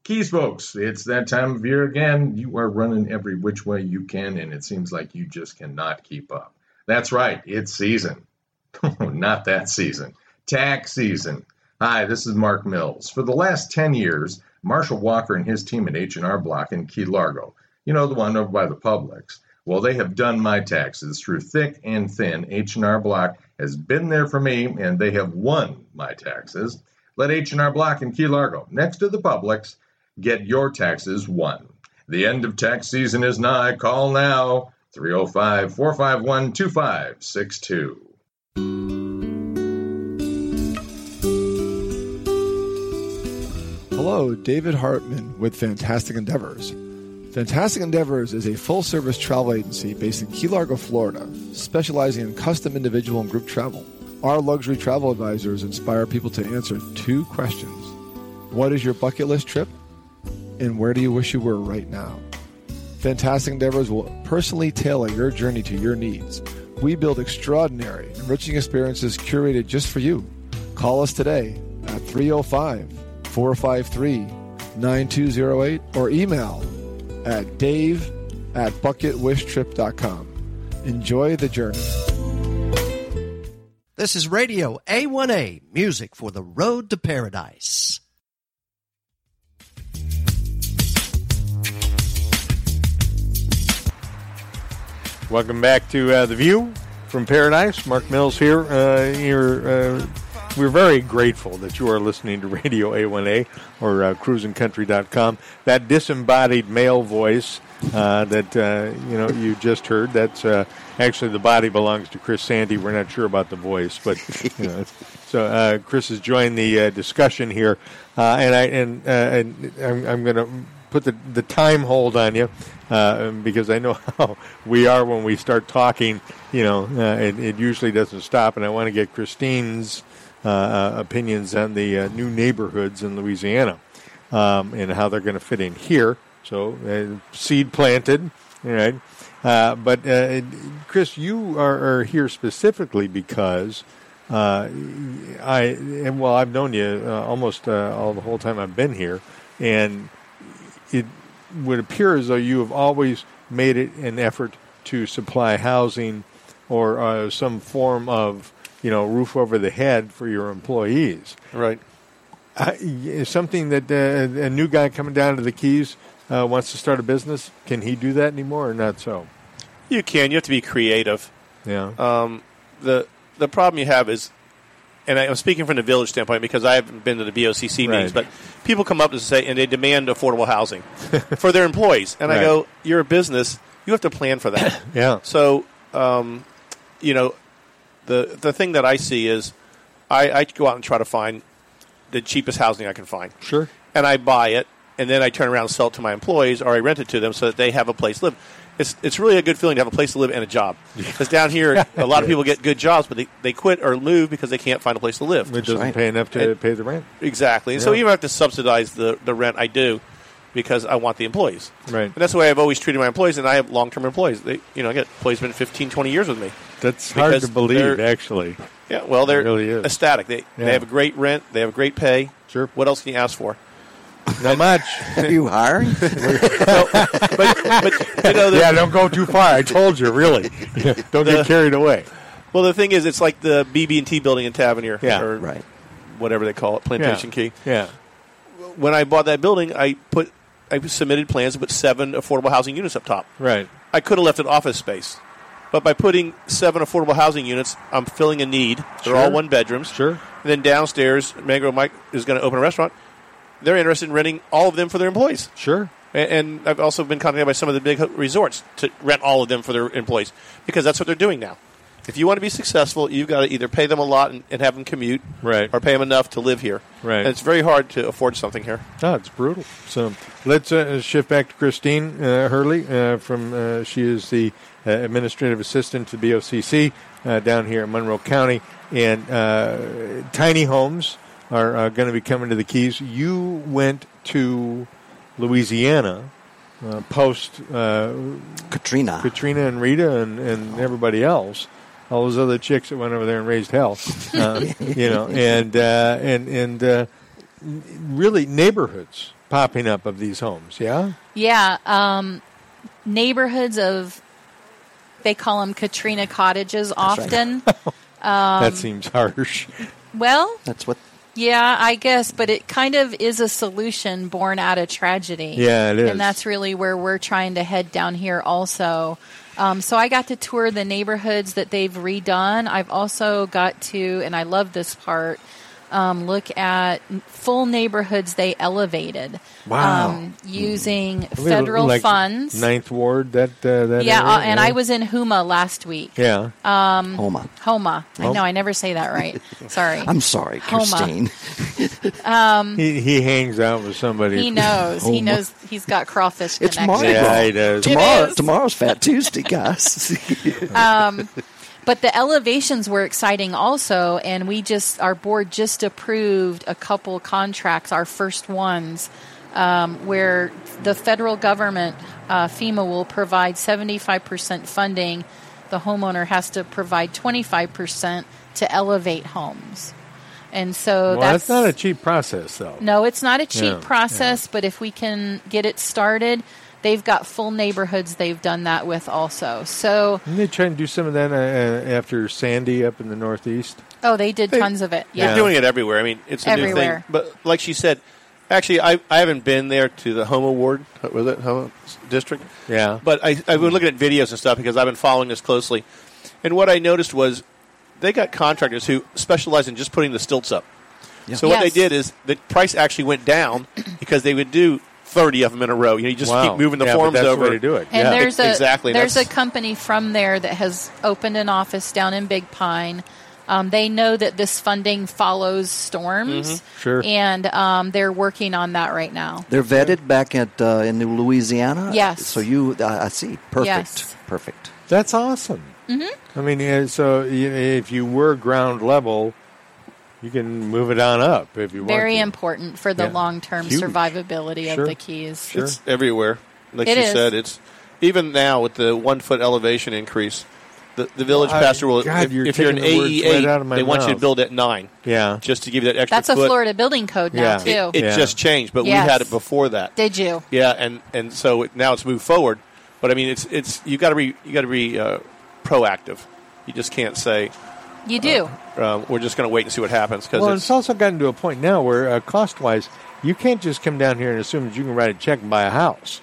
Speaker 8: Keys, folks, it's that time of year again. You are running every which way you can, and it seems like you just cannot keep up. That's right, it's season. Oh, Not that season, tax season. Hi, this is Mark Mills. For the last 10 years, Marshall Walker and his team at H&R Block in Key Largo, you know the one over by the Publix, well, they have done my taxes through thick and thin. H&R Block has been there for me, and they have won my taxes. Let H&R Block in Key Largo, next to the Publix, Get your taxes won. The end of tax season is nigh. Call now 305 451 2562.
Speaker 9: Hello, David Hartman with Fantastic Endeavors. Fantastic Endeavors is a full service travel agency based in Key Largo, Florida, specializing in custom individual and group travel. Our luxury travel advisors inspire people to answer two questions What is your bucket list trip? And where do you wish you were right now? Fantastic Endeavors will personally tailor your journey to your needs. We build extraordinary, enriching experiences curated just for you. Call us today at 305 453 9208 or email at dave at bucketwishtrip.com. Enjoy the journey.
Speaker 7: This is Radio A1A, music for the road to paradise.
Speaker 1: Welcome back to uh, The View from Paradise. Mark Mills here. Uh, you're, uh, we're very grateful that you are listening to Radio A1A or uh, cruisingcountry.com. That disembodied male voice uh, that uh, you know you just heard, that's uh, actually the body belongs to Chris Sandy. We're not sure about the voice, but you know, it's- so uh, Chris has joined the uh, discussion here. Uh, and I and, uh, and I'm, I'm going to put the, the time hold on you uh, because I know how we are when we start talking. You know, uh, it, it usually doesn't stop, and I want to get Christine's uh, uh, opinions on the uh, new neighborhoods in Louisiana um, and how they're going to fit in here. So, uh, seed planted, all right. Uh, but uh, it- Chris, you are, are here specifically because uh, I and well, I've known you uh, almost uh, all the whole time I've been here, and it would appear as though you have always made it an effort to supply housing or uh, some form of you know roof over the head for your employees.
Speaker 5: Right.
Speaker 1: I- Uh, is something that uh, a new guy coming down to the Keys uh, wants to start a business, can he do that anymore or not? So
Speaker 5: You can. You have to be creative.
Speaker 1: yeah,
Speaker 5: Um, the the problem you have is and I- I'm speaking from the village standpoint because I haven't been to the VOCC meetings,
Speaker 1: Right.
Speaker 5: but people come up and say, and they demand affordable housing for their employees. And
Speaker 1: Right.
Speaker 5: I go, you're a business, you have to plan for that.
Speaker 1: Yeah.
Speaker 5: So, um, you know, the the thing that I see is I, I go out and try to find the cheapest housing I can find.
Speaker 1: Sure.
Speaker 5: And I buy it, and then I turn around and sell it to my employees, or I rent it to them so that they have a place to live. It's, it's really a good feeling to have a place to live and a job. Because down here, a lot of people get good jobs, but they, they quit or move because they can't find a place to live.
Speaker 1: It doesn't
Speaker 2: right.
Speaker 1: pay enough to
Speaker 5: It-
Speaker 1: pay the rent.
Speaker 5: Exactly. And so
Speaker 1: Yeah.
Speaker 5: even if I have to subsidize the, the rent, I do because I want the employees.
Speaker 1: Right.
Speaker 5: And that's the way I've always treated my employees, and I have long term employees. They, you know, I get employees been 15, 20 years with me.
Speaker 1: That's hard to
Speaker 5: Because
Speaker 1: believe,
Speaker 5: they're-
Speaker 1: actually.
Speaker 5: Yeah, well, they're
Speaker 1: It really is.
Speaker 5: ecstatic. They,
Speaker 1: Yeah.
Speaker 5: they have a great rent, they have a great pay.
Speaker 1: Sure.
Speaker 5: What else can you ask for?
Speaker 1: Not much.
Speaker 2: Are you hiring?
Speaker 5: But, but you know, the,
Speaker 1: yeah, don't go too far. I told you, really. don't get carried away.
Speaker 5: well, the thing is, it's like the BB and T building in Tavernier,
Speaker 1: Yeah.
Speaker 5: or
Speaker 2: right.
Speaker 5: whatever they call it, Plantation Key.
Speaker 1: Yeah.
Speaker 5: When I bought that building, I put I submitted plans to put seven affordable housing units up top.
Speaker 1: Right.
Speaker 5: I could have left it office space. But by putting seven affordable housing units, I'm filling a need. They're
Speaker 1: Sure.
Speaker 5: all one bedrooms.
Speaker 1: Sure.
Speaker 5: And then downstairs, Mango Mike is going to open a restaurant. They're interested in renting all of them for their employees.
Speaker 1: Sure.
Speaker 5: A- And I've also been contacted by some of the big resorts to rent all of them for their employees because that's what they're doing now. If you want to be successful, you've got to either pay them a lot and, and have them commute,
Speaker 1: Right.
Speaker 5: or pay them enough to live here.
Speaker 1: Right.
Speaker 5: And it's very hard to afford something here.
Speaker 1: No, Ah, it's brutal. So let's uh, shift back to Christine uh, Hurley uh, from uh, she is the uh, administrative assistant to BOCC uh, down here in Monroe County, and uh, tiny homes are uh, going to be coming to the Keys. You went to Louisiana uh, post uh,
Speaker 2: Katrina.
Speaker 1: Katrina and Rita and, and everybody else, all those other chicks that went over there and raised hell, uh, you know, and uh, and and uh, n- really neighborhoods popping up of these homes. Yeah,
Speaker 4: Yeah, um, neighborhoods of they call them Katrina cottages often.
Speaker 1: that seems harsh.
Speaker 4: Um, well,
Speaker 2: That's what.
Speaker 4: yeah, I guess, but it kind of is a solution born out of tragedy.
Speaker 1: Yeah, it is.
Speaker 4: And that's really where we're trying to head down here also. Um, so I got to tour the neighborhoods that they've redone. I've also got to, and I love this part, um, look at full neighborhoods they elevated.
Speaker 1: Wow. Hmm.
Speaker 4: Um, using federal
Speaker 1: Like
Speaker 4: funds.
Speaker 1: Ninth Ward. That uh, that
Speaker 4: Yeah,
Speaker 1: area,
Speaker 4: uh, and I was um, in Huma last week.
Speaker 1: yeah. Oh.
Speaker 2: Homa.
Speaker 4: Homa. I know I never say that right. Sorry. Um,
Speaker 2: I'm sorry,
Speaker 4: Homa.
Speaker 2: Christine.
Speaker 1: he, he hangs out with somebody.
Speaker 4: he knows. He
Speaker 2: Homa.
Speaker 4: knows he's got crawfish
Speaker 2: It's
Speaker 4: connections.
Speaker 2: Mardi Gras.
Speaker 1: Oh Yeah, he does.
Speaker 2: Tomorrow,
Speaker 4: is. Uh,
Speaker 2: tomorrow's Fat Tuesday, guys.
Speaker 4: Um, But the elevations were exciting also, and we just our board just approved a couple contracts, our first ones, um, where the federal government uh, FEMA will provide seventy five percent funding. The homeowner has to provide twenty five percent to elevate homes, and so
Speaker 1: Well,
Speaker 4: that's,
Speaker 1: that's not a cheap process, though.
Speaker 4: No, it's not a cheap
Speaker 1: Oh. Yeah,
Speaker 4: process, but if we can get it started, they've got full neighborhoods they've done that with also. So,
Speaker 1: Didn't they try and do some of that uh, uh, after Sandy up in the Northeast?
Speaker 4: oh, they did tons of it. Yeah.
Speaker 5: They're doing it everywhere. I mean, it's a
Speaker 4: Everywhere.
Speaker 5: new thing. But like she said, actually, I, I haven't been there to the Home Award, was it Home District?
Speaker 1: Yeah.
Speaker 5: But I, I've been looking at videos and stuff because I've been following this closely. And what I noticed was they got contractors who specialize in just putting the stilts up. So what
Speaker 4: Yes.
Speaker 5: they did is the price actually went down because they would do 30 of them in a row. You, know, you just
Speaker 1: Wow.
Speaker 5: keep moving the
Speaker 1: Yeah, but
Speaker 5: forms
Speaker 1: that's the
Speaker 5: over.
Speaker 1: way to do it.
Speaker 4: And
Speaker 1: Yeah.
Speaker 4: there's
Speaker 5: Ex-
Speaker 4: a
Speaker 5: exactly,
Speaker 4: there's a
Speaker 5: that's-
Speaker 4: company from there that has opened an office down in Big Pine. Um, they know that this funding follows storms,
Speaker 1: Mm-hmm. Sure.
Speaker 4: and um, they're working on that right now.
Speaker 2: They're vetted back at uh, in Louisiana.
Speaker 4: Yes.
Speaker 2: So you, uh, I I see. Perfect.
Speaker 4: Yes.
Speaker 2: Perfect.
Speaker 1: That's awesome. Mm-hmm. I mean, uh, so y- if you were ground level, you can move it on up if you
Speaker 4: Very
Speaker 1: want.
Speaker 4: important for the
Speaker 1: Yeah.
Speaker 4: long term
Speaker 1: Huge.
Speaker 4: survivability
Speaker 1: Sure.
Speaker 4: of the keys.
Speaker 1: Sure.
Speaker 5: It's everywhere. Like
Speaker 4: It
Speaker 5: she
Speaker 4: is.
Speaker 5: said, it's even now with the one foot elevation increase. The, the village
Speaker 1: Well, I-
Speaker 5: pastor will,
Speaker 1: God,
Speaker 5: if,
Speaker 1: you're
Speaker 5: if you're an
Speaker 1: taking the words
Speaker 5: AE8,
Speaker 1: right out of my
Speaker 5: they want you
Speaker 1: mouth.
Speaker 5: to build at nine
Speaker 1: To. Yeah.
Speaker 5: just to give you that extra
Speaker 4: That's a
Speaker 5: foot.
Speaker 4: Florida building code now
Speaker 1: Yeah.
Speaker 4: too.
Speaker 5: It, it
Speaker 1: Yeah.
Speaker 5: just changed, but
Speaker 4: Yes.
Speaker 5: we had it before that.
Speaker 4: Did you?
Speaker 5: Yeah, and and so it, now it's moved forward. But I mean, it's it's you got to be you got to be uh, proactive. You just can't say
Speaker 4: You do.
Speaker 5: um, we're just going to wait and see what happens because
Speaker 1: Well, it's,
Speaker 5: it's,
Speaker 1: also gotten to a point now where uh, cost wise, you can't just come down here and assume that you can write a check and buy a house.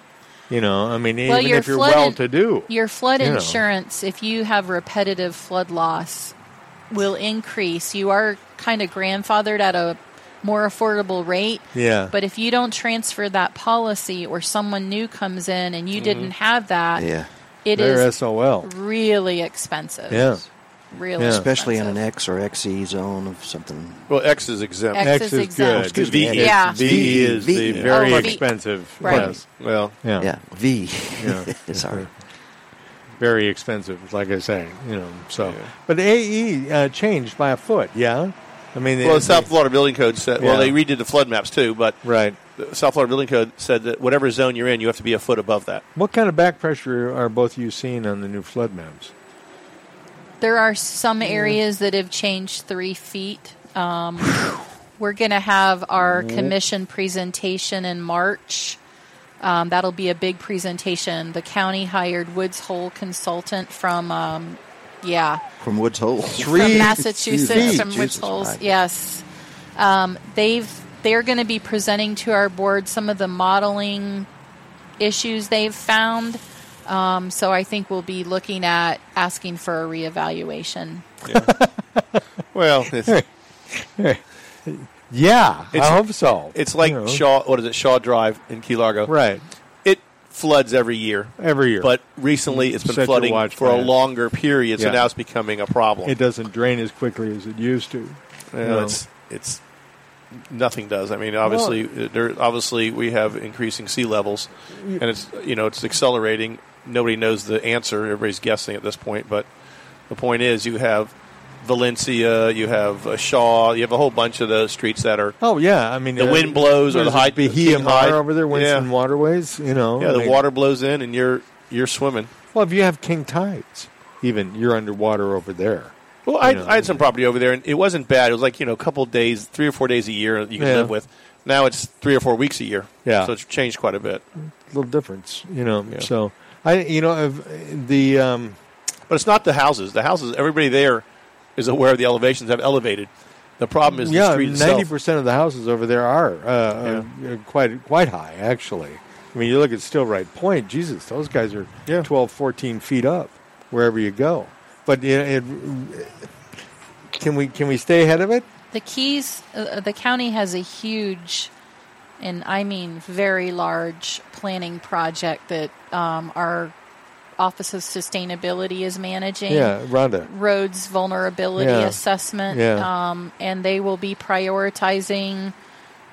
Speaker 1: You know, I mean,
Speaker 4: well,
Speaker 1: even
Speaker 4: your
Speaker 1: if you're
Speaker 4: flood in-
Speaker 1: well to do.
Speaker 4: Your flood
Speaker 1: You know.
Speaker 4: insurance, if you have repetitive flood loss, will increase. You are kind of grandfathered at a more affordable rate.
Speaker 1: Yeah.
Speaker 4: But if you don't transfer that policy or someone new comes in and you didn't have that,
Speaker 2: Yeah.
Speaker 4: it
Speaker 1: Mm-hmm. They're
Speaker 4: is
Speaker 1: SOL.
Speaker 4: really expensive.
Speaker 1: Yeah.
Speaker 4: Really
Speaker 1: Yeah.
Speaker 2: Especially in an
Speaker 4: expensive.
Speaker 2: X or XE zone of something.
Speaker 5: Well, X is exempt.
Speaker 4: X is exempt.
Speaker 2: Excuse me, X.
Speaker 5: V,
Speaker 4: Yeah.
Speaker 1: V is the
Speaker 2: V.
Speaker 1: very
Speaker 4: Oh, V.
Speaker 1: expensive.
Speaker 4: Right.
Speaker 1: Yes. Well, yeah.
Speaker 2: Yeah, V.
Speaker 1: Yeah.
Speaker 2: Sorry.
Speaker 1: Very expensive, like I say, you know. So, but AE uh, changed by a foot. Yeah. I mean,
Speaker 5: Well,
Speaker 1: it-
Speaker 5: the South Florida Building Code said. Well,
Speaker 1: Yeah.
Speaker 5: they redid the flood maps too, but
Speaker 1: Right.
Speaker 5: the South Florida Building Code said that whatever zone you're in, you have to be a foot above that.
Speaker 1: What kind of back pressure are both of you seeing on the new flood maps?
Speaker 4: There are some areas that have changed three feet. Um, we're going to have our commission presentation in March. Um, that'll be a big presentation. The county hired Woods Hole consultant from, um, yeah,
Speaker 2: From Woods Hole.
Speaker 4: from Massachusetts, from
Speaker 2: Jesus
Speaker 4: Woods Holes.
Speaker 2: Christ.
Speaker 4: Yes, um, they've they're going to be presenting to our board some of the modeling issues they've found. Um, so I think we'll be looking at asking for a reevaluation.
Speaker 5: Well, it's,
Speaker 1: Yeah, I
Speaker 5: It's-
Speaker 1: hope so.
Speaker 5: it's like
Speaker 1: You know.
Speaker 5: Shaw. What is it? Shaw Drive in Key Largo.
Speaker 1: Right.
Speaker 5: It floods every year.
Speaker 1: Every year.
Speaker 5: But recently, it's been
Speaker 1: Set your
Speaker 5: flooding
Speaker 1: watch
Speaker 5: for a
Speaker 1: by it.
Speaker 5: longer period, so
Speaker 1: Yeah.
Speaker 5: now it's becoming a problem.
Speaker 1: it doesn't drain as quickly as it used to.
Speaker 5: You know,
Speaker 1: No.
Speaker 5: It's it's nothing does. I mean, obviously, uh, there obviously we have increasing sea levels, and it's you know it's accelerating. Nobody knows the answer. Everybody's guessing at this point. But the point is, you have Valencia, you have uh, Shaw, you have a whole bunch of those streets that are
Speaker 1: Oh yeah, I mean
Speaker 5: The wind blows or the
Speaker 1: there's
Speaker 5: high-
Speaker 1: Bahia
Speaker 5: King Hyde.
Speaker 1: Mar over there, Winston
Speaker 5: Yeah.
Speaker 1: Waterways. You know,
Speaker 5: yeah.
Speaker 1: I
Speaker 5: The
Speaker 1: mean,
Speaker 5: water blows in, and you're you're swimming.
Speaker 1: Well, if you have king tides, even you're underwater over there.
Speaker 5: Well, I,
Speaker 1: know.
Speaker 5: I had some property over there, and it wasn't bad. It was like you know a couple of days, three or four days a year that you can
Speaker 1: Yeah.
Speaker 5: live with. Now it's three or four weeks a year.
Speaker 1: Yeah.
Speaker 5: so it's changed quite a bit.
Speaker 1: Little difference, you know.
Speaker 5: Yeah.
Speaker 1: So I, you know, if, the um,
Speaker 5: But it's not the houses. The houses, everybody there is aware of the elevations have elevated. The problem is the
Speaker 1: yeah,
Speaker 5: street
Speaker 1: ninety
Speaker 5: itself.
Speaker 1: percent of the houses over there are uh, uh, quite quite high actually. I mean, you look at Still Right Point. Jesus, those guys are
Speaker 5: Yeah.
Speaker 1: twelve, fourteen 12, 14 feet up wherever you go. But you know, it, can we can we stay ahead of it?
Speaker 4: The Keys, uh, the county has a huge, and I mean very large, planning project that um, our Office of Sustainability is managing.
Speaker 1: Yeah, Rhonda.
Speaker 4: roads vulnerability
Speaker 1: Yeah.
Speaker 4: assessment,
Speaker 1: Yeah.
Speaker 4: um, and they will be prioritizing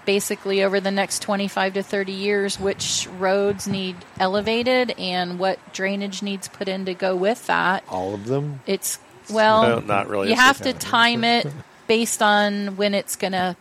Speaker 4: basically over the next 25 to 30 years which roads need elevated and what drainage needs put in to go with that.
Speaker 1: All of them.
Speaker 4: It's well,
Speaker 5: No, not really.
Speaker 4: You
Speaker 5: It's
Speaker 4: have to
Speaker 1: just-
Speaker 4: time it based on when it's gonna,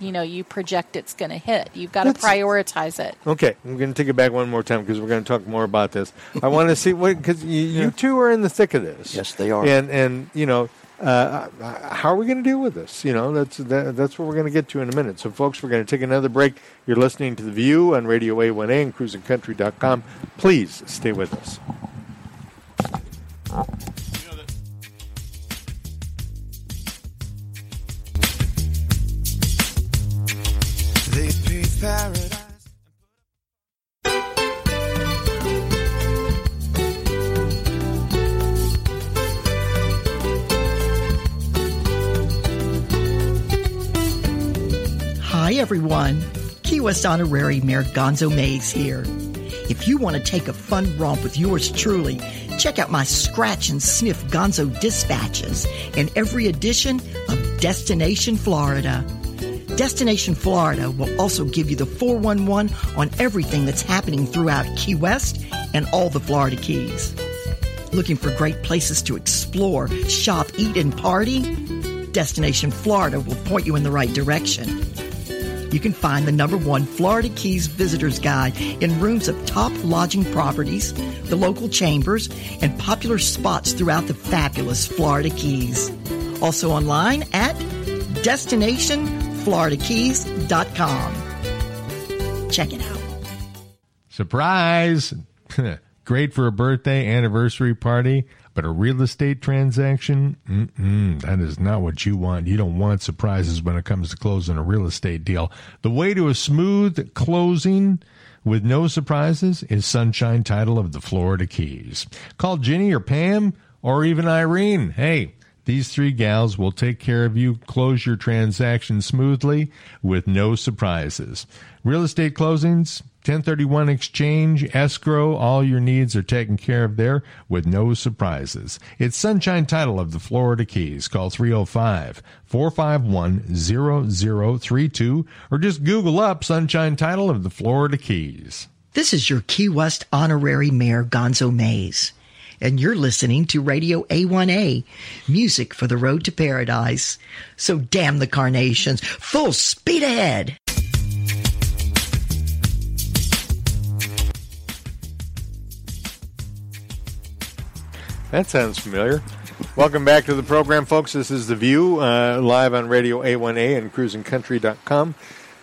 Speaker 4: you know, you project it's gonna hit. You've got to
Speaker 1: That's-
Speaker 4: prioritize it.
Speaker 1: Okay, I'm going to take it back one more time because we're going to talk more about this. I want to see what because you, you two are in the thick of this.
Speaker 2: Yes, they are.
Speaker 1: And and you know, uh, how are we going to deal with this? You know, that's that, that's what we're going to get to in a minute. So, folks, we're going to take another break. You're listening to the View on Radio A1A and CruisingCountry.com. Please stay with us.
Speaker 6: They pay paradise.
Speaker 10: Hi, everyone. Key West Honorary Mayor Gonzo Mays here. If you want to take a fun romp with yours truly, check out my scratch and sniff Gonzo dispatches in every edition of Destination Florida. Destination Florida will also give you the 411 on everything that's happening throughout Key West and all the Florida Keys. Looking for great places to explore, shop, eat, and party? Destination Florida will point you in the right direction you can find the number one Florida Keys Visitors Guide in rooms of top lodging properties, the local chambers, and popular spots throughout the fabulous Florida Keys. Also online at destinationfloridakeys.com. Check it out.
Speaker 1: Surprise! Great for a birthday, anniversary party, but a real estate transaction? Mm-mm, that is not what you want. You don't want surprises when it comes to closing a real estate deal. The way to a smooth closing with no surprises is Sunshine Title of the Florida Keys. Call Ginny or Pam or even Irene. Hey,
Speaker 11: These three gals will take care of you, close your transaction smoothly with no surprises. Real estate closings, 1031 exchange, escrow, all your needs are taken care of there with no surprises. It's Sunshine Title of the Florida Keys. Call 305 451 0032 or just Google up Sunshine Title of the Florida Keys.
Speaker 10: This is your Key West honorary mayor, Gonzo Mays, and you're listening to Radio A1A, music for the road to paradise. So damn the carnations, full speed ahead.
Speaker 1: That sounds familiar. Welcome back to the program, folks. This is The View, uh, live on Radio A1A and cruisingcountry.com.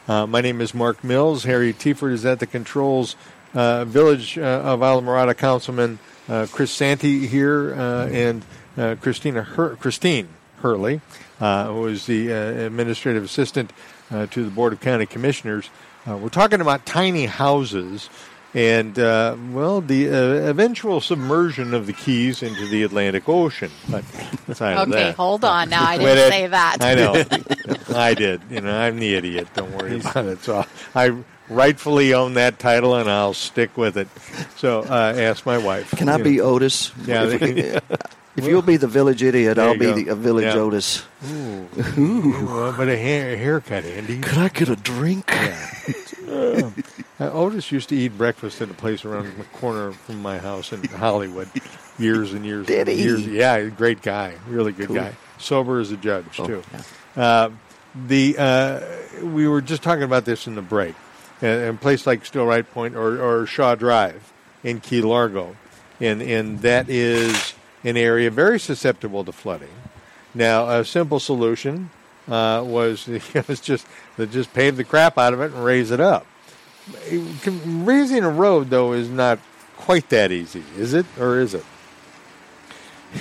Speaker 1: Uh, my name is Mark Mills. Harry Tiefert is at the controls. Uh, Village uh, of Alamorada Councilman uh, Chris Santee here uh, and uh, Christina Hur- Christine Hurley, uh, who is the uh, administrative assistant uh, to the Board of County Commissioners. Uh, we're talking about tiny houses and, uh, well, the uh, eventual submersion of the Keys into the Atlantic Ocean. But aside of
Speaker 4: Okay,
Speaker 1: that-
Speaker 4: hold on. Now I
Speaker 1: Wait,
Speaker 4: didn't say that.
Speaker 1: I know. I did. You know, I'm the idiot. Don't worry about it. So I rightfully own that title, and I'll stick with it. So uh, ask my wife.
Speaker 2: Can I
Speaker 1: You
Speaker 2: be
Speaker 1: know.
Speaker 2: Otis?
Speaker 1: Yeah,
Speaker 2: If,
Speaker 1: they-
Speaker 2: if you'll be the village idiot,
Speaker 1: There
Speaker 2: I'll
Speaker 1: you
Speaker 2: be
Speaker 1: go.
Speaker 2: the, a village
Speaker 1: Yeah.
Speaker 2: Otis.
Speaker 1: Ooh, Ooh, uh, but a, hair, a haircut, Andy.
Speaker 2: Could I get a drink?
Speaker 1: Uh, Otis used to eat breakfast at a place around the corner from my house in Hollywood, years and years.
Speaker 2: Did he?
Speaker 1: Years, yeah, great guy, really good
Speaker 2: Cool.
Speaker 1: guy. Sober as a judge too.
Speaker 2: yeah.
Speaker 1: Uh, the uh, we were just talking about this in the break. A, a place like Still Right Point or, or Shaw Drive in Key Largo, and and that is an area very susceptible to flooding. Now, a simple solution uh, was it was just they just pave the crap out of it and raise it up. It can- Raising a road though is not quite that easy, is it? Or is it?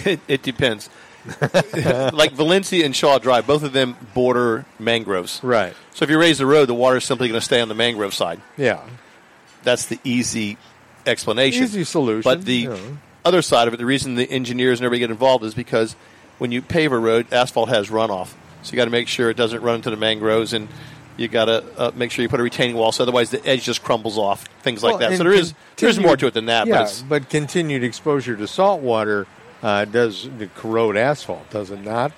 Speaker 5: It, it depends. like Valencia and Shaw Drive, both of them border mangroves.
Speaker 1: Right.
Speaker 5: So if you raise the road, the water's simply going to stay on the mangrove side.
Speaker 1: Yeah.
Speaker 5: That's the easy explanation.
Speaker 1: Easy solution,
Speaker 5: But the
Speaker 1: yeah.
Speaker 5: other side of it, the reason the engineers and everybody get involved is because when you pave a road, asphalt has runoff. So you got to make sure it doesn't run into the mangroves and you got to uh, make sure you put a retaining wall, so otherwise the edge just crumbles off. Things like
Speaker 1: Well,
Speaker 5: that. So
Speaker 1: and
Speaker 5: there is there's
Speaker 1: continued-
Speaker 5: more to it than that.
Speaker 1: Yeah,
Speaker 5: but
Speaker 1: but,
Speaker 5: it's,
Speaker 1: continued exposure to salt water uh, does corrode asphalt, does it not?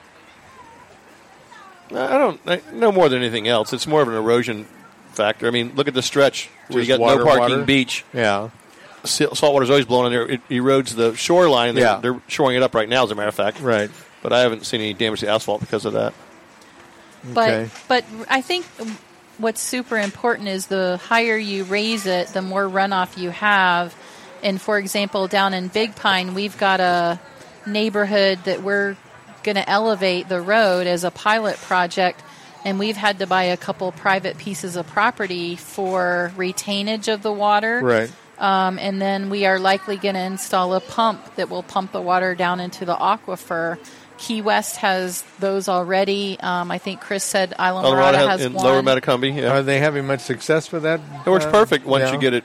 Speaker 5: I don't I, no more than anything else. It's more of an erosion factor. I mean, look at the stretch where you
Speaker 1: Just
Speaker 5: got
Speaker 1: water,
Speaker 5: no parking
Speaker 1: water.
Speaker 5: beach.
Speaker 1: Yeah.
Speaker 5: Sa- Saltwater's always blowing in there. It erodes the shoreline. They're,
Speaker 1: Yeah.
Speaker 5: they're shoring it up right now, as a matter of fact.
Speaker 1: Right.
Speaker 5: But I haven't seen any damage to asphalt because of that.
Speaker 4: But
Speaker 1: Okay.
Speaker 4: but I think what's super important is the higher you raise it, the more runoff you have. And for example, down in Big Pine, we've got a neighborhood that we're going to elevate the road as a pilot project. And we've had to buy a couple private pieces of property for retainage of the water.
Speaker 1: Right.
Speaker 4: Um, and then we are likely going to install a pump that will pump the water down into the aquifer. Key West has those already. Um, I think Chris said Isla
Speaker 5: Colorado
Speaker 4: Morada
Speaker 5: has-
Speaker 4: has
Speaker 5: in
Speaker 4: one.
Speaker 5: Lower Matacumbi. Yeah.
Speaker 1: Are they having much success with that?
Speaker 5: it works
Speaker 1: Uh,
Speaker 5: perfect once
Speaker 1: yeah.
Speaker 5: you get it.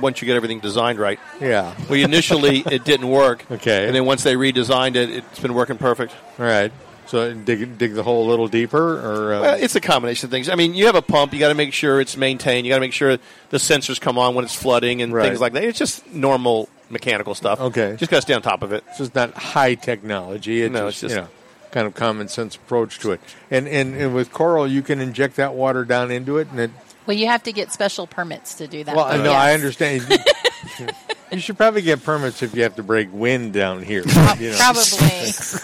Speaker 5: Once you get everything designed right.
Speaker 1: Yeah.
Speaker 5: Well, initially it didn't work.
Speaker 1: Okay.
Speaker 5: And then once they redesigned it, it's been working perfect.
Speaker 1: All right. So dig dig the hole a little deeper, or uh,
Speaker 5: Well, it's a combination of things. I mean, you have a pump. You got to make sure it's maintained. You got to make sure the sensors come on when it's flooding and
Speaker 1: Right.
Speaker 5: things like that. It's just normal mechanical stuff.
Speaker 1: Okay.
Speaker 5: just got to stay on top of it.
Speaker 1: It's just not high technology. It's
Speaker 5: No,
Speaker 1: just,
Speaker 5: it's
Speaker 1: you know,
Speaker 5: just-
Speaker 1: kind of common sense approach to it. And, and and with coral, you can inject that water down into it, and it.
Speaker 4: Well, you have to get special permits to do that.
Speaker 1: Well,
Speaker 4: but
Speaker 1: I know
Speaker 4: yes.
Speaker 1: I understand. you should probably get permits if you have to break wind down here. you
Speaker 4: Probably.
Speaker 1: know.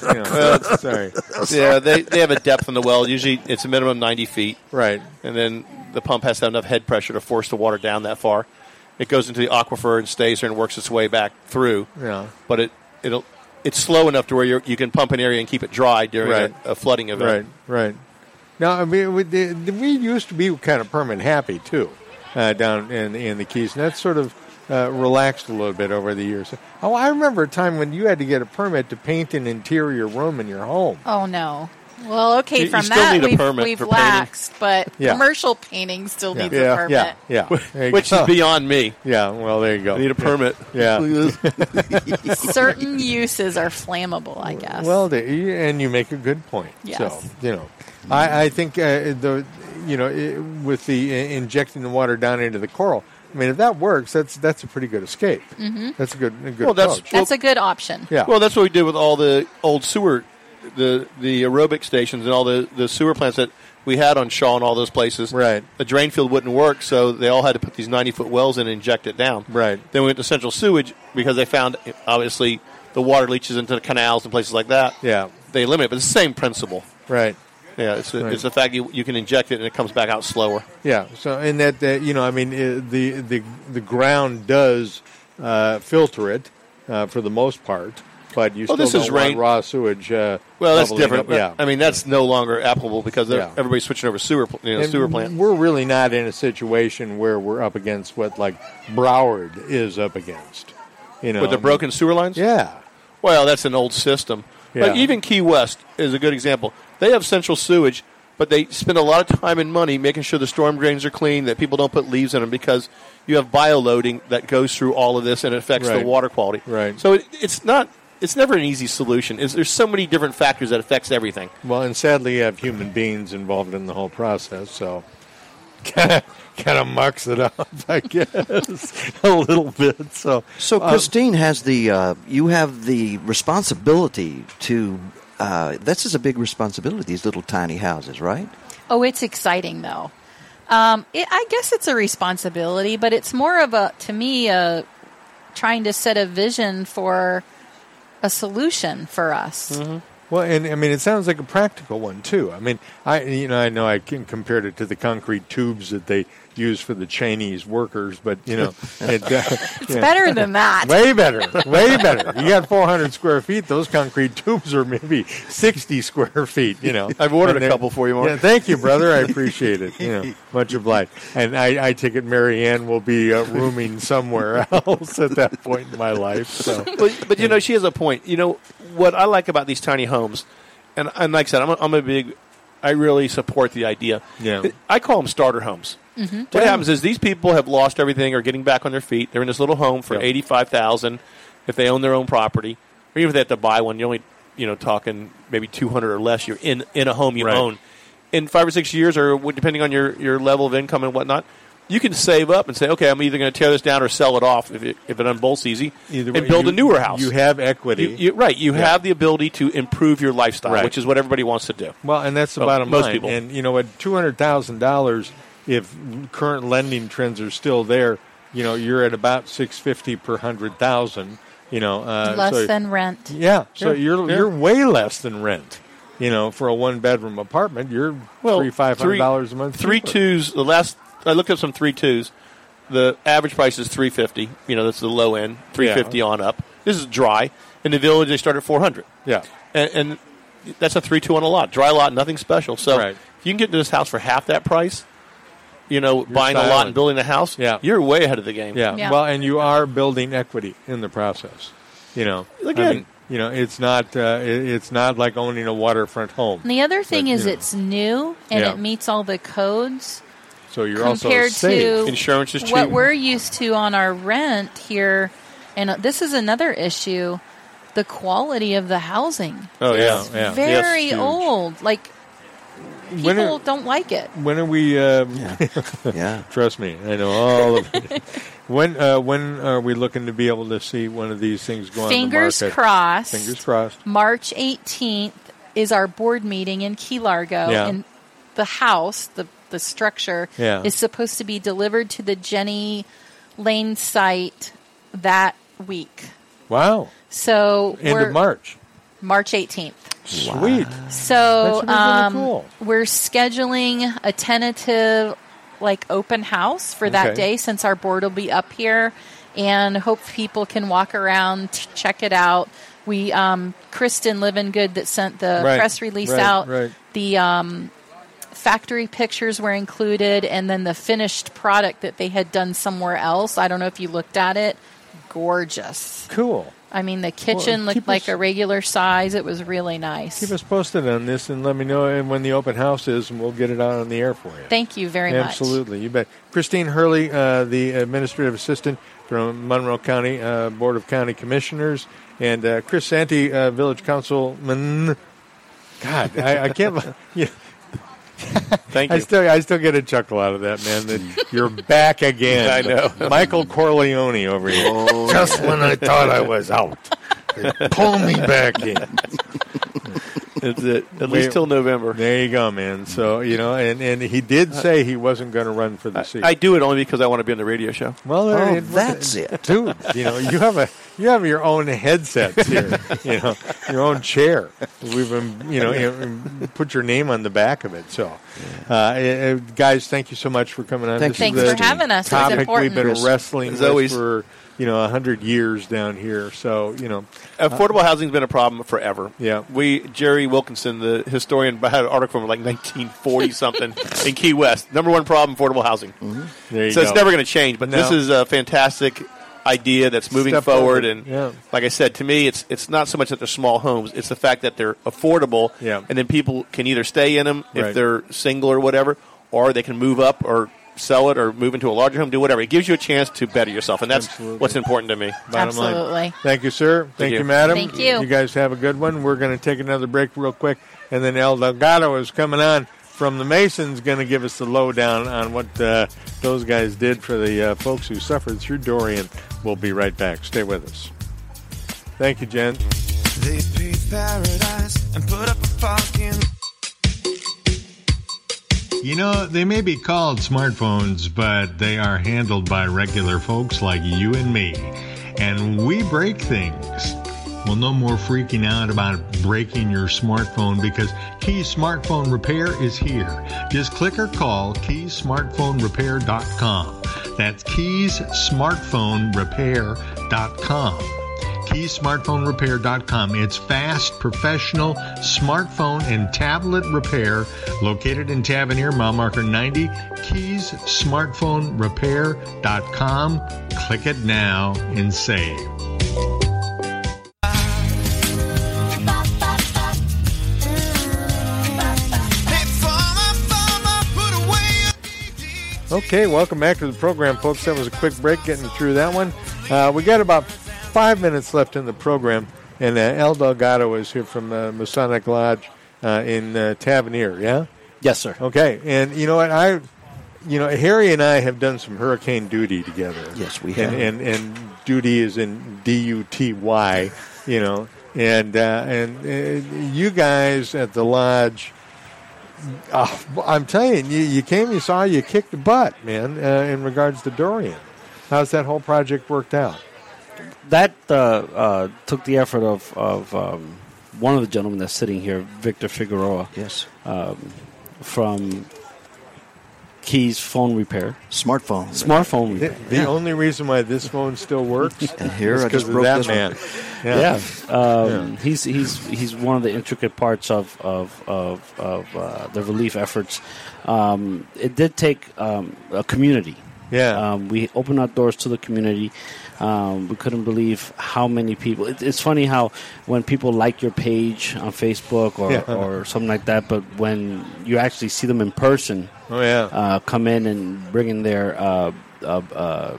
Speaker 1: You know, well, sorry.
Speaker 5: Yeah, they, they have a depth in the well. Usually, it's a minimum ninety feet,
Speaker 1: Right.
Speaker 5: and then the pump has to have enough head pressure to force the water down that far. It goes into the aquifer and stays there and works its way back through.
Speaker 1: Yeah.
Speaker 5: but it it'll it's slow enough to where you're, you can pump an area and keep it dry during
Speaker 1: Right.
Speaker 5: a, a flooding
Speaker 1: Right.
Speaker 5: event.
Speaker 1: Right. Now, I mean, we, the, the, we used to be kind of permit happy too, uh, down in in the Keys, and that's sort of uh, relaxed a little bit over the years. Oh, I remember a time when you had to get a permit to paint an interior room in your home.
Speaker 4: Oh no. Well, okay,
Speaker 5: You- you
Speaker 4: from
Speaker 5: still
Speaker 4: that
Speaker 5: need a
Speaker 4: we've,
Speaker 5: permit
Speaker 4: we've
Speaker 5: for painting.
Speaker 4: waxed, but
Speaker 1: Yeah.
Speaker 4: commercial painting still needs a
Speaker 1: yeah,
Speaker 4: permit.
Speaker 1: yeah, yeah,
Speaker 5: Which is beyond me.
Speaker 1: Yeah, well, there you go.
Speaker 5: I need a permit.
Speaker 1: Yeah.
Speaker 4: Certain uses are flammable, I guess.
Speaker 1: Well, there, you- and you make a good point.
Speaker 4: Yes.
Speaker 1: So you know, I, I think uh, the you know i with the i- injecting the water down into the coral. I mean, if that works, that's that's a pretty good escape.
Speaker 4: Mhm.
Speaker 1: That's a good a good
Speaker 5: Well, that's-
Speaker 1: approach.
Speaker 4: That's a good option.
Speaker 1: yeah.
Speaker 5: Well, that's what we did with all the old sewer, the the aerobic stations and all the, the sewer plants that we had on Shaw and all those places.
Speaker 1: Right.
Speaker 5: The drain field wouldn't work, so they all had to put these 90 foot wells in and inject it down.
Speaker 1: Right.
Speaker 5: Then we went to central sewage because they found, obviously, the water leaches into the canals and places like that.
Speaker 1: Yeah.
Speaker 5: They limit, it, but it's the same principle.
Speaker 1: Right.
Speaker 5: Yeah, it's, the
Speaker 1: Right.
Speaker 5: it's the fact you, you can inject it and it comes back out slower.
Speaker 1: Yeah. So, and that, that you know, I mean, uh, the the the ground does uh, filter it uh, for the most part, but you
Speaker 5: Well,
Speaker 1: still
Speaker 5: Oh, this
Speaker 1: don't
Speaker 5: is
Speaker 1: want
Speaker 5: rain-
Speaker 1: raw sewage. Uh,
Speaker 5: Well, that's
Speaker 1: bubbling
Speaker 5: different.
Speaker 1: up. Yeah.
Speaker 5: I mean, that's no longer applicable because they're-
Speaker 1: Yeah.
Speaker 5: everybody's switching over sewer, pl- you know,
Speaker 1: And
Speaker 5: sewer plant.
Speaker 1: We're really not in a situation where we're up against what like Broward is up against. You know,
Speaker 5: With the broken sewer lines?
Speaker 1: Yeah,
Speaker 5: Well, that's an old system. But
Speaker 1: Yeah.
Speaker 5: even Key West is a good example. They have central sewage, but they spend a lot of time and money making sure the storm drains are clean, that people don't put leaves in them because you have bioloading that goes through all of this and it affects
Speaker 1: Right.
Speaker 5: the water quality.
Speaker 1: Right.
Speaker 5: So it, it's not it's never an easy solution. It's, there's so many different factors that affects everything.
Speaker 1: Well, and sadly, you have human beings involved in the whole process, so kind of kind of mucks it up, I guess, a little bit. So,
Speaker 2: So
Speaker 1: uh,
Speaker 2: Christine has the uh, you have the responsibility to uh, this is a big responsibility these little tiny houses right
Speaker 4: Oh, it's exciting though. Um, it, I guess it's a responsibility, but it's more of a, to me, a trying to set a vision for a solution for
Speaker 1: Uh,
Speaker 4: us.
Speaker 1: Mm-hmm. Well, and I mean, it sounds like a practical one too. I mean, I you know I know I can compared it to the concrete tubes that they use for the Chinese workers, but you know, it, uh,
Speaker 4: It's better than that.
Speaker 1: Way better, way better. You got 400 square feet. Those concrete tubes are maybe 60 square feet. You know,
Speaker 5: I've ordered
Speaker 1: And
Speaker 5: a
Speaker 1: they're-
Speaker 5: couple for you, Mark.
Speaker 1: Yeah, thank you, brother. I appreciate it. You know, much obliged. And I, I take it Mary Ann will be uh, rooming somewhere else at that point in my life. So
Speaker 5: but, but you know, she has a point. You know what I like about these tiny homes, and, and like I said, I'm a, I'm a big, I really support the idea.
Speaker 1: Yeah.
Speaker 5: I call them starter homes. Mm-hmm. What happens is these people have lost everything, are getting back on their feet. They're in this little home for
Speaker 1: Yep.
Speaker 5: eighty five thousand, if they own their own property, or even if they have to buy one. You're only you know talking maybe two hundred or less. You're in in a home you
Speaker 1: Right.
Speaker 5: own. In five or six years, or w- depending on your, your level of income and whatnot, you can save up and say, okay, I'm either going to tear this down or sell it off if it, if it unbolts easy,
Speaker 1: either
Speaker 5: and build
Speaker 1: you-
Speaker 5: a newer house.
Speaker 1: You have equity.
Speaker 5: You, you, right. You have the ability to improve your lifestyle,
Speaker 1: Right.
Speaker 5: which is what everybody wants to do.
Speaker 1: Well, and that's the
Speaker 5: Well,
Speaker 1: bottom
Speaker 5: Oh, most
Speaker 1: line.
Speaker 5: people.
Speaker 1: And you know, at two hundred thousand dollars, if current lending trends are still there, you know, you're at about six fifty per hundred thousand. You know, uh,
Speaker 4: Less
Speaker 1: so-
Speaker 4: than rent.
Speaker 1: yeah. So
Speaker 5: Yeah,
Speaker 1: you're
Speaker 5: yeah.
Speaker 1: you're way less than rent. You know, for a one bedroom apartment, you're three five hundred dollars a month.
Speaker 5: Three
Speaker 1: cheaper.
Speaker 5: twos. The last I looked up some three twos. The average price is three fifty. You know, that's the low end. Three fifty on up. This is dry. In the village, they start at four hundred.
Speaker 1: Yeah.
Speaker 5: and, and that's a three two on a lot, dry lot, nothing special. So
Speaker 1: Right.
Speaker 5: if you can get into this house for half that price, you know, buying a lot
Speaker 1: styling.
Speaker 5: and building a house,
Speaker 1: Yeah.
Speaker 5: you're way ahead of the game.
Speaker 1: Yeah.
Speaker 4: Yeah.
Speaker 1: Well, and you are building equity in the process. You know,
Speaker 5: Again.
Speaker 1: you know, it's not uh, it, it's not like owning a waterfront home.
Speaker 4: And the other thing
Speaker 1: But,
Speaker 4: is
Speaker 1: you know.
Speaker 4: it's new and
Speaker 1: Yeah.
Speaker 4: it meets all the codes.
Speaker 1: So you're also
Speaker 4: Compared to-
Speaker 1: safe.
Speaker 5: Insurance is cheap.
Speaker 4: What we're used to on our rent here, and uh, this is another issue, the quality of the housing.
Speaker 1: Oh, yeah,
Speaker 4: It's
Speaker 1: yeah.
Speaker 4: Very
Speaker 1: Yes, huge.
Speaker 4: old. Like people
Speaker 1: When are-
Speaker 4: don't like it.
Speaker 1: when are we uh,
Speaker 2: yeah
Speaker 1: Trust me, I know all of it. when uh, when are we looking to be able to see one of these things go
Speaker 4: Fingers
Speaker 1: on the market?
Speaker 4: crossed.
Speaker 1: Fingers crossed.
Speaker 4: March 18th is our board meeting in Key Largo,
Speaker 1: Yeah.
Speaker 4: and the house, the the structure,
Speaker 1: Yeah.
Speaker 4: is supposed to be delivered to the Jenny Lane site that week.
Speaker 1: Wow.
Speaker 4: So
Speaker 1: End
Speaker 4: we're
Speaker 1: of March.
Speaker 4: March 18th.
Speaker 1: Sweet.
Speaker 4: So
Speaker 1: That's really
Speaker 4: um,
Speaker 1: cool.
Speaker 4: we're scheduling a tentative like open house for that
Speaker 1: Okay.
Speaker 4: day since our board will be up here and hope people can walk around t- check it out we um, kristen livingood that sent the
Speaker 1: Right,
Speaker 4: press release
Speaker 1: right,
Speaker 4: out
Speaker 1: right.
Speaker 4: the um, factory pictures were included and then the finished product that they had done somewhere else i don't know if you looked at it gorgeous
Speaker 1: Cool.
Speaker 4: I mean, the kitchen
Speaker 1: Well, keep
Speaker 4: looked like
Speaker 1: us-
Speaker 4: a regular size. It was really nice.
Speaker 1: Keep us posted on this and let me know and when the open house is, and we'll get it out on the air for you.
Speaker 4: Thank you very much.
Speaker 1: Absolutely, you bet. Christine Hurley, uh, the administrative assistant from Monroe County uh, Board of County Commissioners, and uh, Chris Santee, uh, village councilman. God, I, I can't. yeah.
Speaker 5: Thank
Speaker 1: I
Speaker 5: you.
Speaker 1: still, I still get a chuckle out of that, man. That you're back again.
Speaker 5: I know.
Speaker 1: Michael Corleone over here. Just when I thought I was out, they pull me back in.
Speaker 5: That's it. At least till November. Uh,
Speaker 1: There you go, man. So you know, and, and he did say he wasn't going to run for the
Speaker 5: I,
Speaker 1: seat.
Speaker 5: I do it only because I want to be on the radio show.
Speaker 1: Well, there
Speaker 2: Oh,
Speaker 1: it-
Speaker 2: that's it.
Speaker 1: dude. You know, you have a you have your own headsets here. you know, your own chair. We've been, you know, you- put your name on the back of it. So, uh, eh, eh, guys, thank you so much for coming on.
Speaker 2: Thank
Speaker 1: This
Speaker 2: you,
Speaker 1: is
Speaker 4: Thanks
Speaker 1: the
Speaker 4: for having us. It was
Speaker 1: Topic we've been
Speaker 4: important.
Speaker 1: wrestling
Speaker 5: As
Speaker 1: with
Speaker 5: always.
Speaker 1: for you know hundred years down here. So you know,
Speaker 5: Affordable housing's been a problem forever.
Speaker 1: Yeah.
Speaker 5: we Jerry Wilkinson, the historian, had an article from like 1940 something in Key West. Number one problem: affordable housing.
Speaker 1: uh, there you
Speaker 5: So
Speaker 1: go.
Speaker 5: it's never going to change. But this
Speaker 1: No.
Speaker 5: is a fantastic idea that's moving
Speaker 1: Step
Speaker 5: forward.
Speaker 1: forward,
Speaker 5: And
Speaker 1: yeah.
Speaker 5: like I said, to me, it's it's not so much that they're small homes; it's the fact that they're affordable,
Speaker 1: Yeah.
Speaker 5: and then people can either stay in them if
Speaker 1: Right.
Speaker 5: they're single or whatever, or they can move up or sell it or move into a larger home, do whatever. It gives you a chance to better yourself, and that's
Speaker 1: Absolutely.
Speaker 5: what's important to me.
Speaker 1: Bottom line.
Speaker 4: Absolutely.
Speaker 1: Thank you, sir. Thank, you.
Speaker 5: you.
Speaker 1: madam.
Speaker 4: Thank you.
Speaker 1: You guys have a good one. We're going to take another break real quick, and then El Delgado is coming on from the Masons, going to give us the lowdown on what uh, those guys did for the uh, folks who suffered through Dorian. We'll be right back. Stay with us. Thank you, Jen.
Speaker 6: They paid paradise and put up a fucking
Speaker 11: You know, they may be called smartphones, but they are handled by regular folks like you and me. And we break things. Well, no more freaking out about breaking your smartphone because Key Smartphone Repair is here. Just click or call keysmartphonerepair.com. That's keysmartphonerepair.com keysmartphonerepair.com. It's fast, professional smartphone and tablet repair located in Tavernier, mile marker 90, keysmartphonerepair.com. Click it now and save.
Speaker 6: Hey farmer, farmer, put away
Speaker 1: Okay, welcome back to the program, folks. That was a quick break getting through that one. Uh, we got about five minutes left in the program, and uh, El Delgado is here from uh, Masonic Lodge uh, in uh, Tavernier, yeah?
Speaker 2: Yes, sir.
Speaker 1: Okay, and you know what I, you know Harry and I have done some hurricane duty together.
Speaker 2: Yes, we have.
Speaker 1: And and, and duty is in D U T Y, you know, and uh, and uh, you guys at the lodge. Uh, I'm telling you, you came, you saw, you kicked the butt, man. Uh, in regards to Dorian, how's that whole project worked out?
Speaker 12: that uh, uh, took the effort of, of um, one of the gentlemen that's sitting here, Victor Figueroa, um,
Speaker 2: Yes.
Speaker 12: from Keys Phone Repair,
Speaker 2: Smartphone.
Speaker 12: smartphone
Speaker 1: The,
Speaker 12: repair.
Speaker 1: the only reason why this phone still works
Speaker 2: And here
Speaker 1: is
Speaker 2: I
Speaker 1: because
Speaker 2: just
Speaker 1: of
Speaker 2: broke
Speaker 1: that
Speaker 2: this one.
Speaker 1: man.
Speaker 12: Yeah, Um, he's he's he's one of the intricate parts of of of, of uh, the relief efforts. Um, it did take um, a community.
Speaker 1: Yeah.
Speaker 12: um, we opened our doors to the community. Um, we couldn't believe how many people. It, it's funny how when people like your page on Facebook or,
Speaker 1: Yeah.
Speaker 12: or something like that, but when you actually see them in person,
Speaker 1: Oh yeah.
Speaker 12: uh, come in and bring in their uh, uh, uh,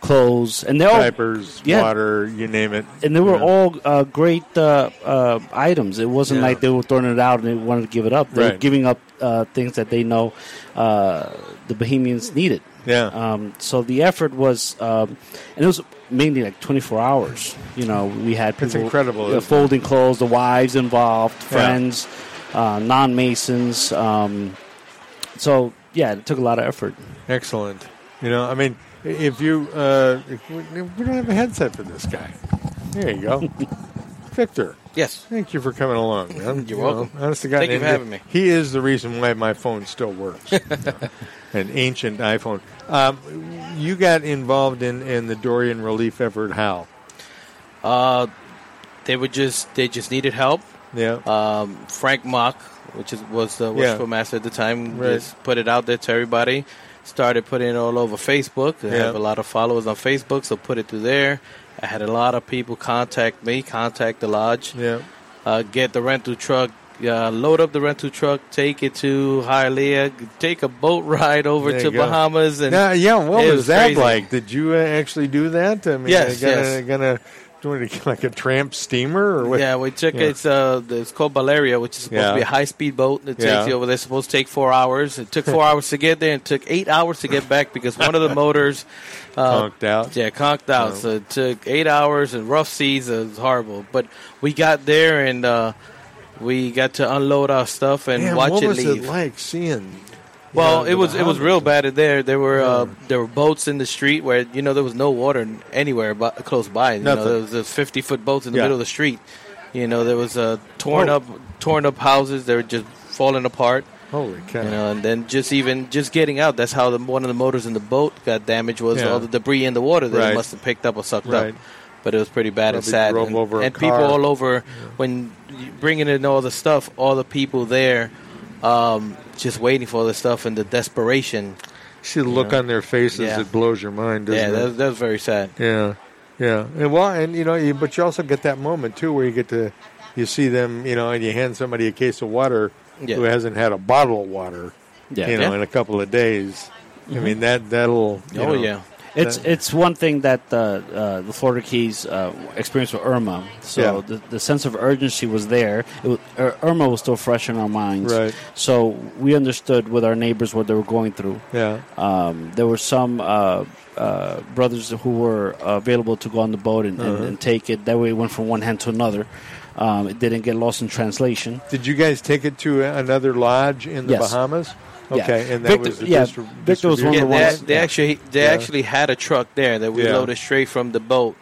Speaker 12: clothes, and they're all
Speaker 1: Diapers,
Speaker 12: yeah.
Speaker 1: water, you name it.
Speaker 12: and they were
Speaker 1: Yeah.
Speaker 12: all uh, great uh, uh, items. It wasn't
Speaker 1: Yeah.
Speaker 12: like they were throwing it out and they wanted to give it up. They were
Speaker 1: Right.
Speaker 12: giving up uh, things that they know uh, the Bohemians needed.
Speaker 1: Yeah.
Speaker 12: Um, so the effort was, um, and it was mainly like 24 hours. You know, we had people
Speaker 1: It's incredible,
Speaker 12: uh,
Speaker 1: isn't it?
Speaker 12: folding clothes, the wives involved, friends, uh, non Masons. Um, so yeah, it took a lot of effort.
Speaker 1: Excellent. You know, I mean, i- if you uh, if we, we don't have a headset for this guy. There you go, Victor.
Speaker 2: Yes.
Speaker 1: Thank you for coming along, man. You're
Speaker 2: welcome.
Speaker 1: honest to God,
Speaker 2: Thank you
Speaker 1: and
Speaker 2: for having
Speaker 1: he-
Speaker 2: me.
Speaker 1: He is the reason why my phone still works. An ancient iPhone. Um, you got involved in, in the Dorian relief effort. How?
Speaker 13: Uh, they were just they just needed help.
Speaker 1: Yeah.
Speaker 13: Um, Frank Mock, which is, was the
Speaker 1: Yeah.
Speaker 13: wishful master at the time,
Speaker 1: Right.
Speaker 13: just put it out there to everybody. Started putting it all over Facebook. They
Speaker 1: Yeah.
Speaker 13: have a lot of followers on Facebook, so put it through there. I had a lot of people contact me, contact the lodge.
Speaker 1: Yeah.
Speaker 13: Uh, get the rental truck, uh, load up the rental truck, take it to Hialeah, take a boat ride over
Speaker 1: There
Speaker 13: to
Speaker 1: you go.
Speaker 13: Bahamas, and
Speaker 1: Now, yeah, what
Speaker 13: it
Speaker 1: was, that
Speaker 13: crazy.
Speaker 1: like? Did you uh, actually do that? I mean,
Speaker 13: Yes,
Speaker 1: gonna,
Speaker 13: yes.
Speaker 1: Gonna, doing it like a tramp steamer or what?
Speaker 13: Yeah, we took
Speaker 1: Yeah.
Speaker 13: it's uh it's called Valeria, which is supposed
Speaker 1: Yeah.
Speaker 13: to be a high speed boat. It takes
Speaker 1: Yeah.
Speaker 13: you over there. It's supposed to take four hours. It took four hours to get there, and it took eight hours to get back because one of the motors uh,
Speaker 1: Conked out.
Speaker 13: Yeah, conked out.
Speaker 1: Oh.
Speaker 13: So it took eight hours and rough seas. It was horrible, but we got there and uh, we got to unload our stuff and
Speaker 1: Man,
Speaker 13: watch
Speaker 1: what
Speaker 13: it
Speaker 1: was
Speaker 13: leave.
Speaker 1: it like seeing?
Speaker 13: Well,
Speaker 1: Yeah,
Speaker 13: it was it was
Speaker 1: Bahamas.
Speaker 13: real bad in there. There were uh, there were boats in the street where you know there was no water anywhere bu- close by. You know,
Speaker 1: Nothing.
Speaker 13: there was there was fifty foot boats in the
Speaker 1: Yeah. Oh.
Speaker 13: middle of the street. You know, there was uh, torn
Speaker 1: Whoa.
Speaker 13: up torn up houses. They were just falling apart.
Speaker 1: Holy cow!
Speaker 13: You know, and then just even just getting out. That's how the, one of the motors in the boat got damaged. Was
Speaker 1: Yeah.
Speaker 13: all the debris in the water that
Speaker 1: Right.
Speaker 13: it must have picked up or sucked
Speaker 1: Right.
Speaker 13: up. But it was pretty bad and
Speaker 1: Probably
Speaker 13: sad.
Speaker 1: drove
Speaker 13: And,
Speaker 1: over a
Speaker 13: and people
Speaker 1: car.
Speaker 13: all over when you bringing in all the stuff, all the people there, um, just waiting for the stuff and the desperation.
Speaker 1: See the look
Speaker 13: Yeah.
Speaker 1: on their faces.
Speaker 13: Yeah.
Speaker 1: It blows your mind, doesn't
Speaker 13: yeah,
Speaker 1: it?
Speaker 13: that was, that was very sad.
Speaker 1: Yeah, yeah. And well, and you know, you, but you also get that moment too, where you get to, you see them, you know, and you hand somebody a case of water
Speaker 13: Yeah.
Speaker 1: who hasn't had a bottle of water,
Speaker 12: Yeah.
Speaker 1: you know,
Speaker 12: Yeah.
Speaker 1: in a couple of days. I
Speaker 13: Mm-hmm.
Speaker 12: Mhm.
Speaker 1: mean that that'll.
Speaker 13: oh,
Speaker 1: you know,
Speaker 12: It's
Speaker 1: that-
Speaker 12: it's one thing that the uh, the Florida Keys uh, experienced with Irma. So
Speaker 1: Yeah.
Speaker 12: the, the sense of urgency was there. It was, Ir- Irma was still fresh in our minds.
Speaker 1: Right.
Speaker 12: So we understood with our neighbors what they were going through.
Speaker 1: Yeah.
Speaker 12: Um, there were some uh, uh, brothers who were available to go on the boat and, and,
Speaker 1: Uh-huh.
Speaker 12: and take it. That way, it went from one hand to another. Um, it didn't get lost in translation.
Speaker 1: Did you guys take it to another lodge in the
Speaker 12: Yes.
Speaker 1: Bahamas?
Speaker 12: Yeah.
Speaker 1: Okay, and that
Speaker 12: Victor-
Speaker 1: was the
Speaker 12: yeah,
Speaker 1: distri-
Speaker 12: Victor was one of
Speaker 13: Yeah,
Speaker 12: the
Speaker 13: they,
Speaker 12: ones.
Speaker 13: they actually they
Speaker 1: Yeah.
Speaker 13: actually had a truck there that we
Speaker 1: Yeah.
Speaker 13: loaded straight from the boat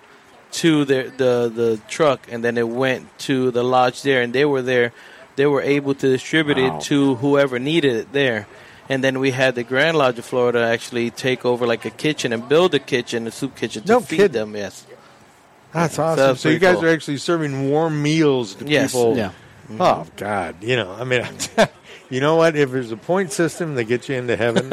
Speaker 13: to the, the the truck, and then it went to the lodge there, and they were there. They were able to distribute
Speaker 12: Wow.
Speaker 13: it to whoever needed it there. And then we had the Grand Lodge of Florida actually take over like a kitchen and build a kitchen, a soup kitchen to
Speaker 1: No
Speaker 13: feed
Speaker 1: kidding.
Speaker 13: them. Yes,
Speaker 1: That's
Speaker 13: So
Speaker 1: awesome.
Speaker 13: that's
Speaker 1: So you
Speaker 13: pretty
Speaker 1: guys
Speaker 13: cool.
Speaker 1: are actually serving warm meals to
Speaker 13: Yes.
Speaker 1: people.
Speaker 13: Yeah.
Speaker 1: Oh God, you know, I mean, you know what? If there's a point system that gets you into heaven,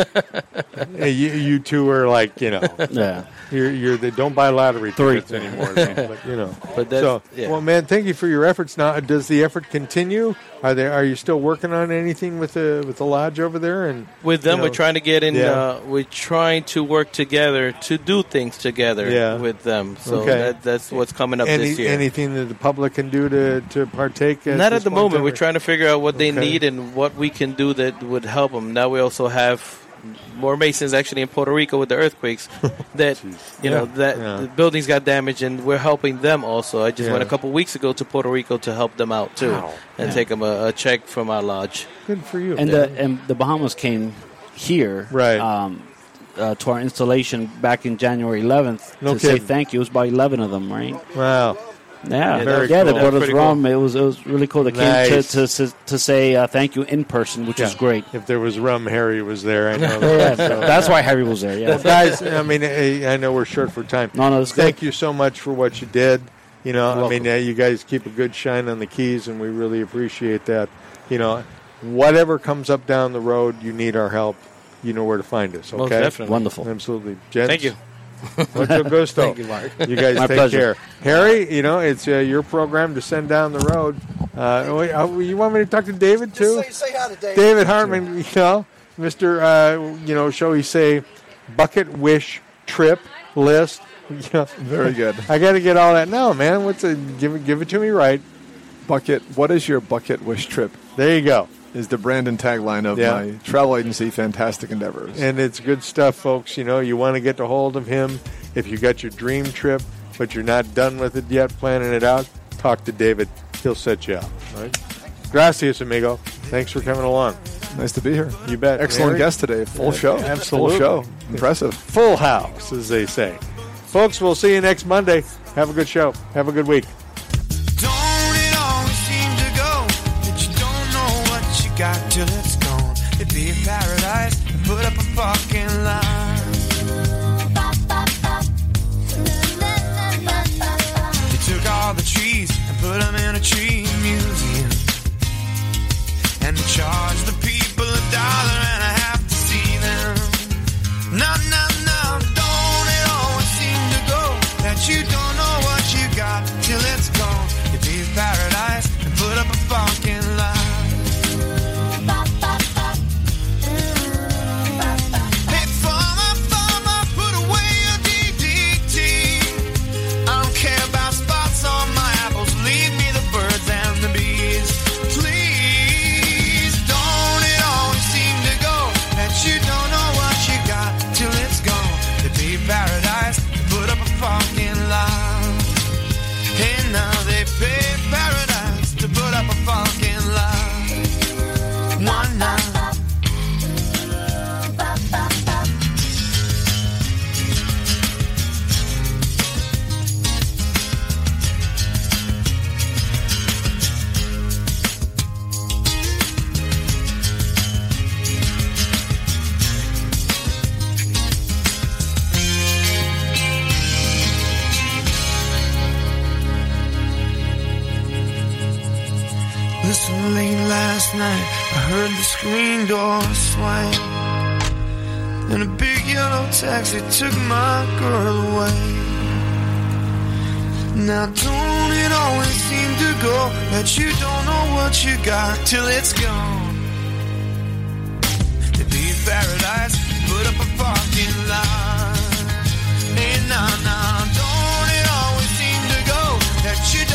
Speaker 1: eh, you, you two are like, you know,
Speaker 12: Yeah.
Speaker 1: you're, you're the don't buy lottery
Speaker 12: Three.
Speaker 1: tickets anymore. But, you know,
Speaker 13: But that's-
Speaker 1: so
Speaker 13: yeah.
Speaker 1: well, man, thank you for your efforts. Now, does the effort continue? Are there? Are you still working on anything with the with the lodge over there? And
Speaker 13: with them
Speaker 1: you know,
Speaker 13: we're trying to get in
Speaker 1: yeah.
Speaker 13: uh, we're trying to work together to do things together
Speaker 1: Yeah.
Speaker 13: with them so
Speaker 1: Okay.
Speaker 13: that, that's what's coming up
Speaker 1: any,
Speaker 13: this year
Speaker 1: anything that the public can do to to partake?
Speaker 13: not at
Speaker 1: this
Speaker 13: the
Speaker 1: point in
Speaker 13: moment
Speaker 1: time?
Speaker 13: we're trying to figure out what
Speaker 1: Okay.
Speaker 13: they need and what we can do that would help them now we also have more masons actually in puerto rico with the earthquakes that you know
Speaker 1: Yeah.
Speaker 13: that
Speaker 1: Yeah.
Speaker 13: the buildings got damaged and we're helping them also i just went
Speaker 1: Yeah.
Speaker 13: a couple weeks ago to puerto rico to help them out too
Speaker 1: Wow.
Speaker 13: and
Speaker 12: Yeah.
Speaker 13: take them a, a check from our lodge
Speaker 1: Good for you.
Speaker 12: and
Speaker 1: man.
Speaker 12: the and the Bahamas came here
Speaker 1: Right.
Speaker 12: um, uh, to our installation back in January 11th
Speaker 1: No
Speaker 12: to say
Speaker 1: kidding.
Speaker 12: thank you. It was about 11 of them, right?
Speaker 1: wow.
Speaker 12: Yeah,
Speaker 1: Yeah, Very
Speaker 12: yeah, they
Speaker 1: cool.
Speaker 12: brought
Speaker 1: That's
Speaker 12: us
Speaker 1: pretty
Speaker 12: rum. It was it was really cool. They came
Speaker 1: Nice.
Speaker 12: to, to, to, to say uh, thank you in person, which is
Speaker 1: Yeah.
Speaker 12: great.
Speaker 1: If there was rum, Harry was there. I know.
Speaker 12: Yeah,
Speaker 1: that, so- uh,
Speaker 12: that's why Harry was there. Yeah,
Speaker 1: Well, guys, I mean, eh, I know we're short for time.
Speaker 12: No, no, it's good.
Speaker 1: Thank you so much for what you did. You know,
Speaker 12: You're
Speaker 1: I mean, uh, you guys keep a good shine on the keys, and we really appreciate that. You know, whatever comes up down the road, you need our help. You know where to find us. Okay,
Speaker 13: Most definitely.
Speaker 12: Wonderful.
Speaker 1: absolutely. Gents,
Speaker 13: thank you
Speaker 1: Mucho gusto.
Speaker 13: Thank you, Mark.
Speaker 1: You guys
Speaker 12: My
Speaker 1: take care.
Speaker 12: pleasure.
Speaker 1: Harry, you know, it's uh, your program to send down the road. Uh, wait, uh, you want me to talk to David, too?
Speaker 2: Just say, say hi to David.
Speaker 1: David Hartman, you know, Mr. Uh, you know, shall we say, bucket wish trip list. You know,
Speaker 9: Very good.
Speaker 1: I got to get all that. No, man, what's a, give it, give it to me right.
Speaker 9: Bucket. What is your bucket wish trip?
Speaker 1: There you go.
Speaker 9: Is the brand and tagline of
Speaker 1: Yeah.
Speaker 9: my travel agency, Fantastic Endeavors.
Speaker 1: And it's good stuff, folks. You know, you want to get a hold of him if you got your dream trip, but you're not done with it yet, planning it out. Talk to David; he'll set you up. All right? Gracias, amigo. Thanks for coming along.
Speaker 9: nice to be here.
Speaker 1: You bet.
Speaker 9: Excellent
Speaker 1: Harry?
Speaker 9: guest today. Full
Speaker 1: Yeah,
Speaker 9: show.
Speaker 1: absolutely.
Speaker 9: Full show. Impressive.
Speaker 1: full house, as they say. Folks, we'll see you next Monday. Have a good show. Have a good week.
Speaker 6: Don't it always seem to go that you don't know what you got till it's gone? It'd be a paradise and put up a fucking line. You took all the trees and put them in a tree museum. And charged the people a dollar and a half to see them. No, no, no, don't it always seem to go that you don't know Listen late last night, I heard the screen door swipe. And a big yellow taxi took my girl away. Now don't it always seem to go that you don't know what you got till it's gone? It'd be paradise, put up a parking lot. Hey, nah, nah, don't it always seem to go that you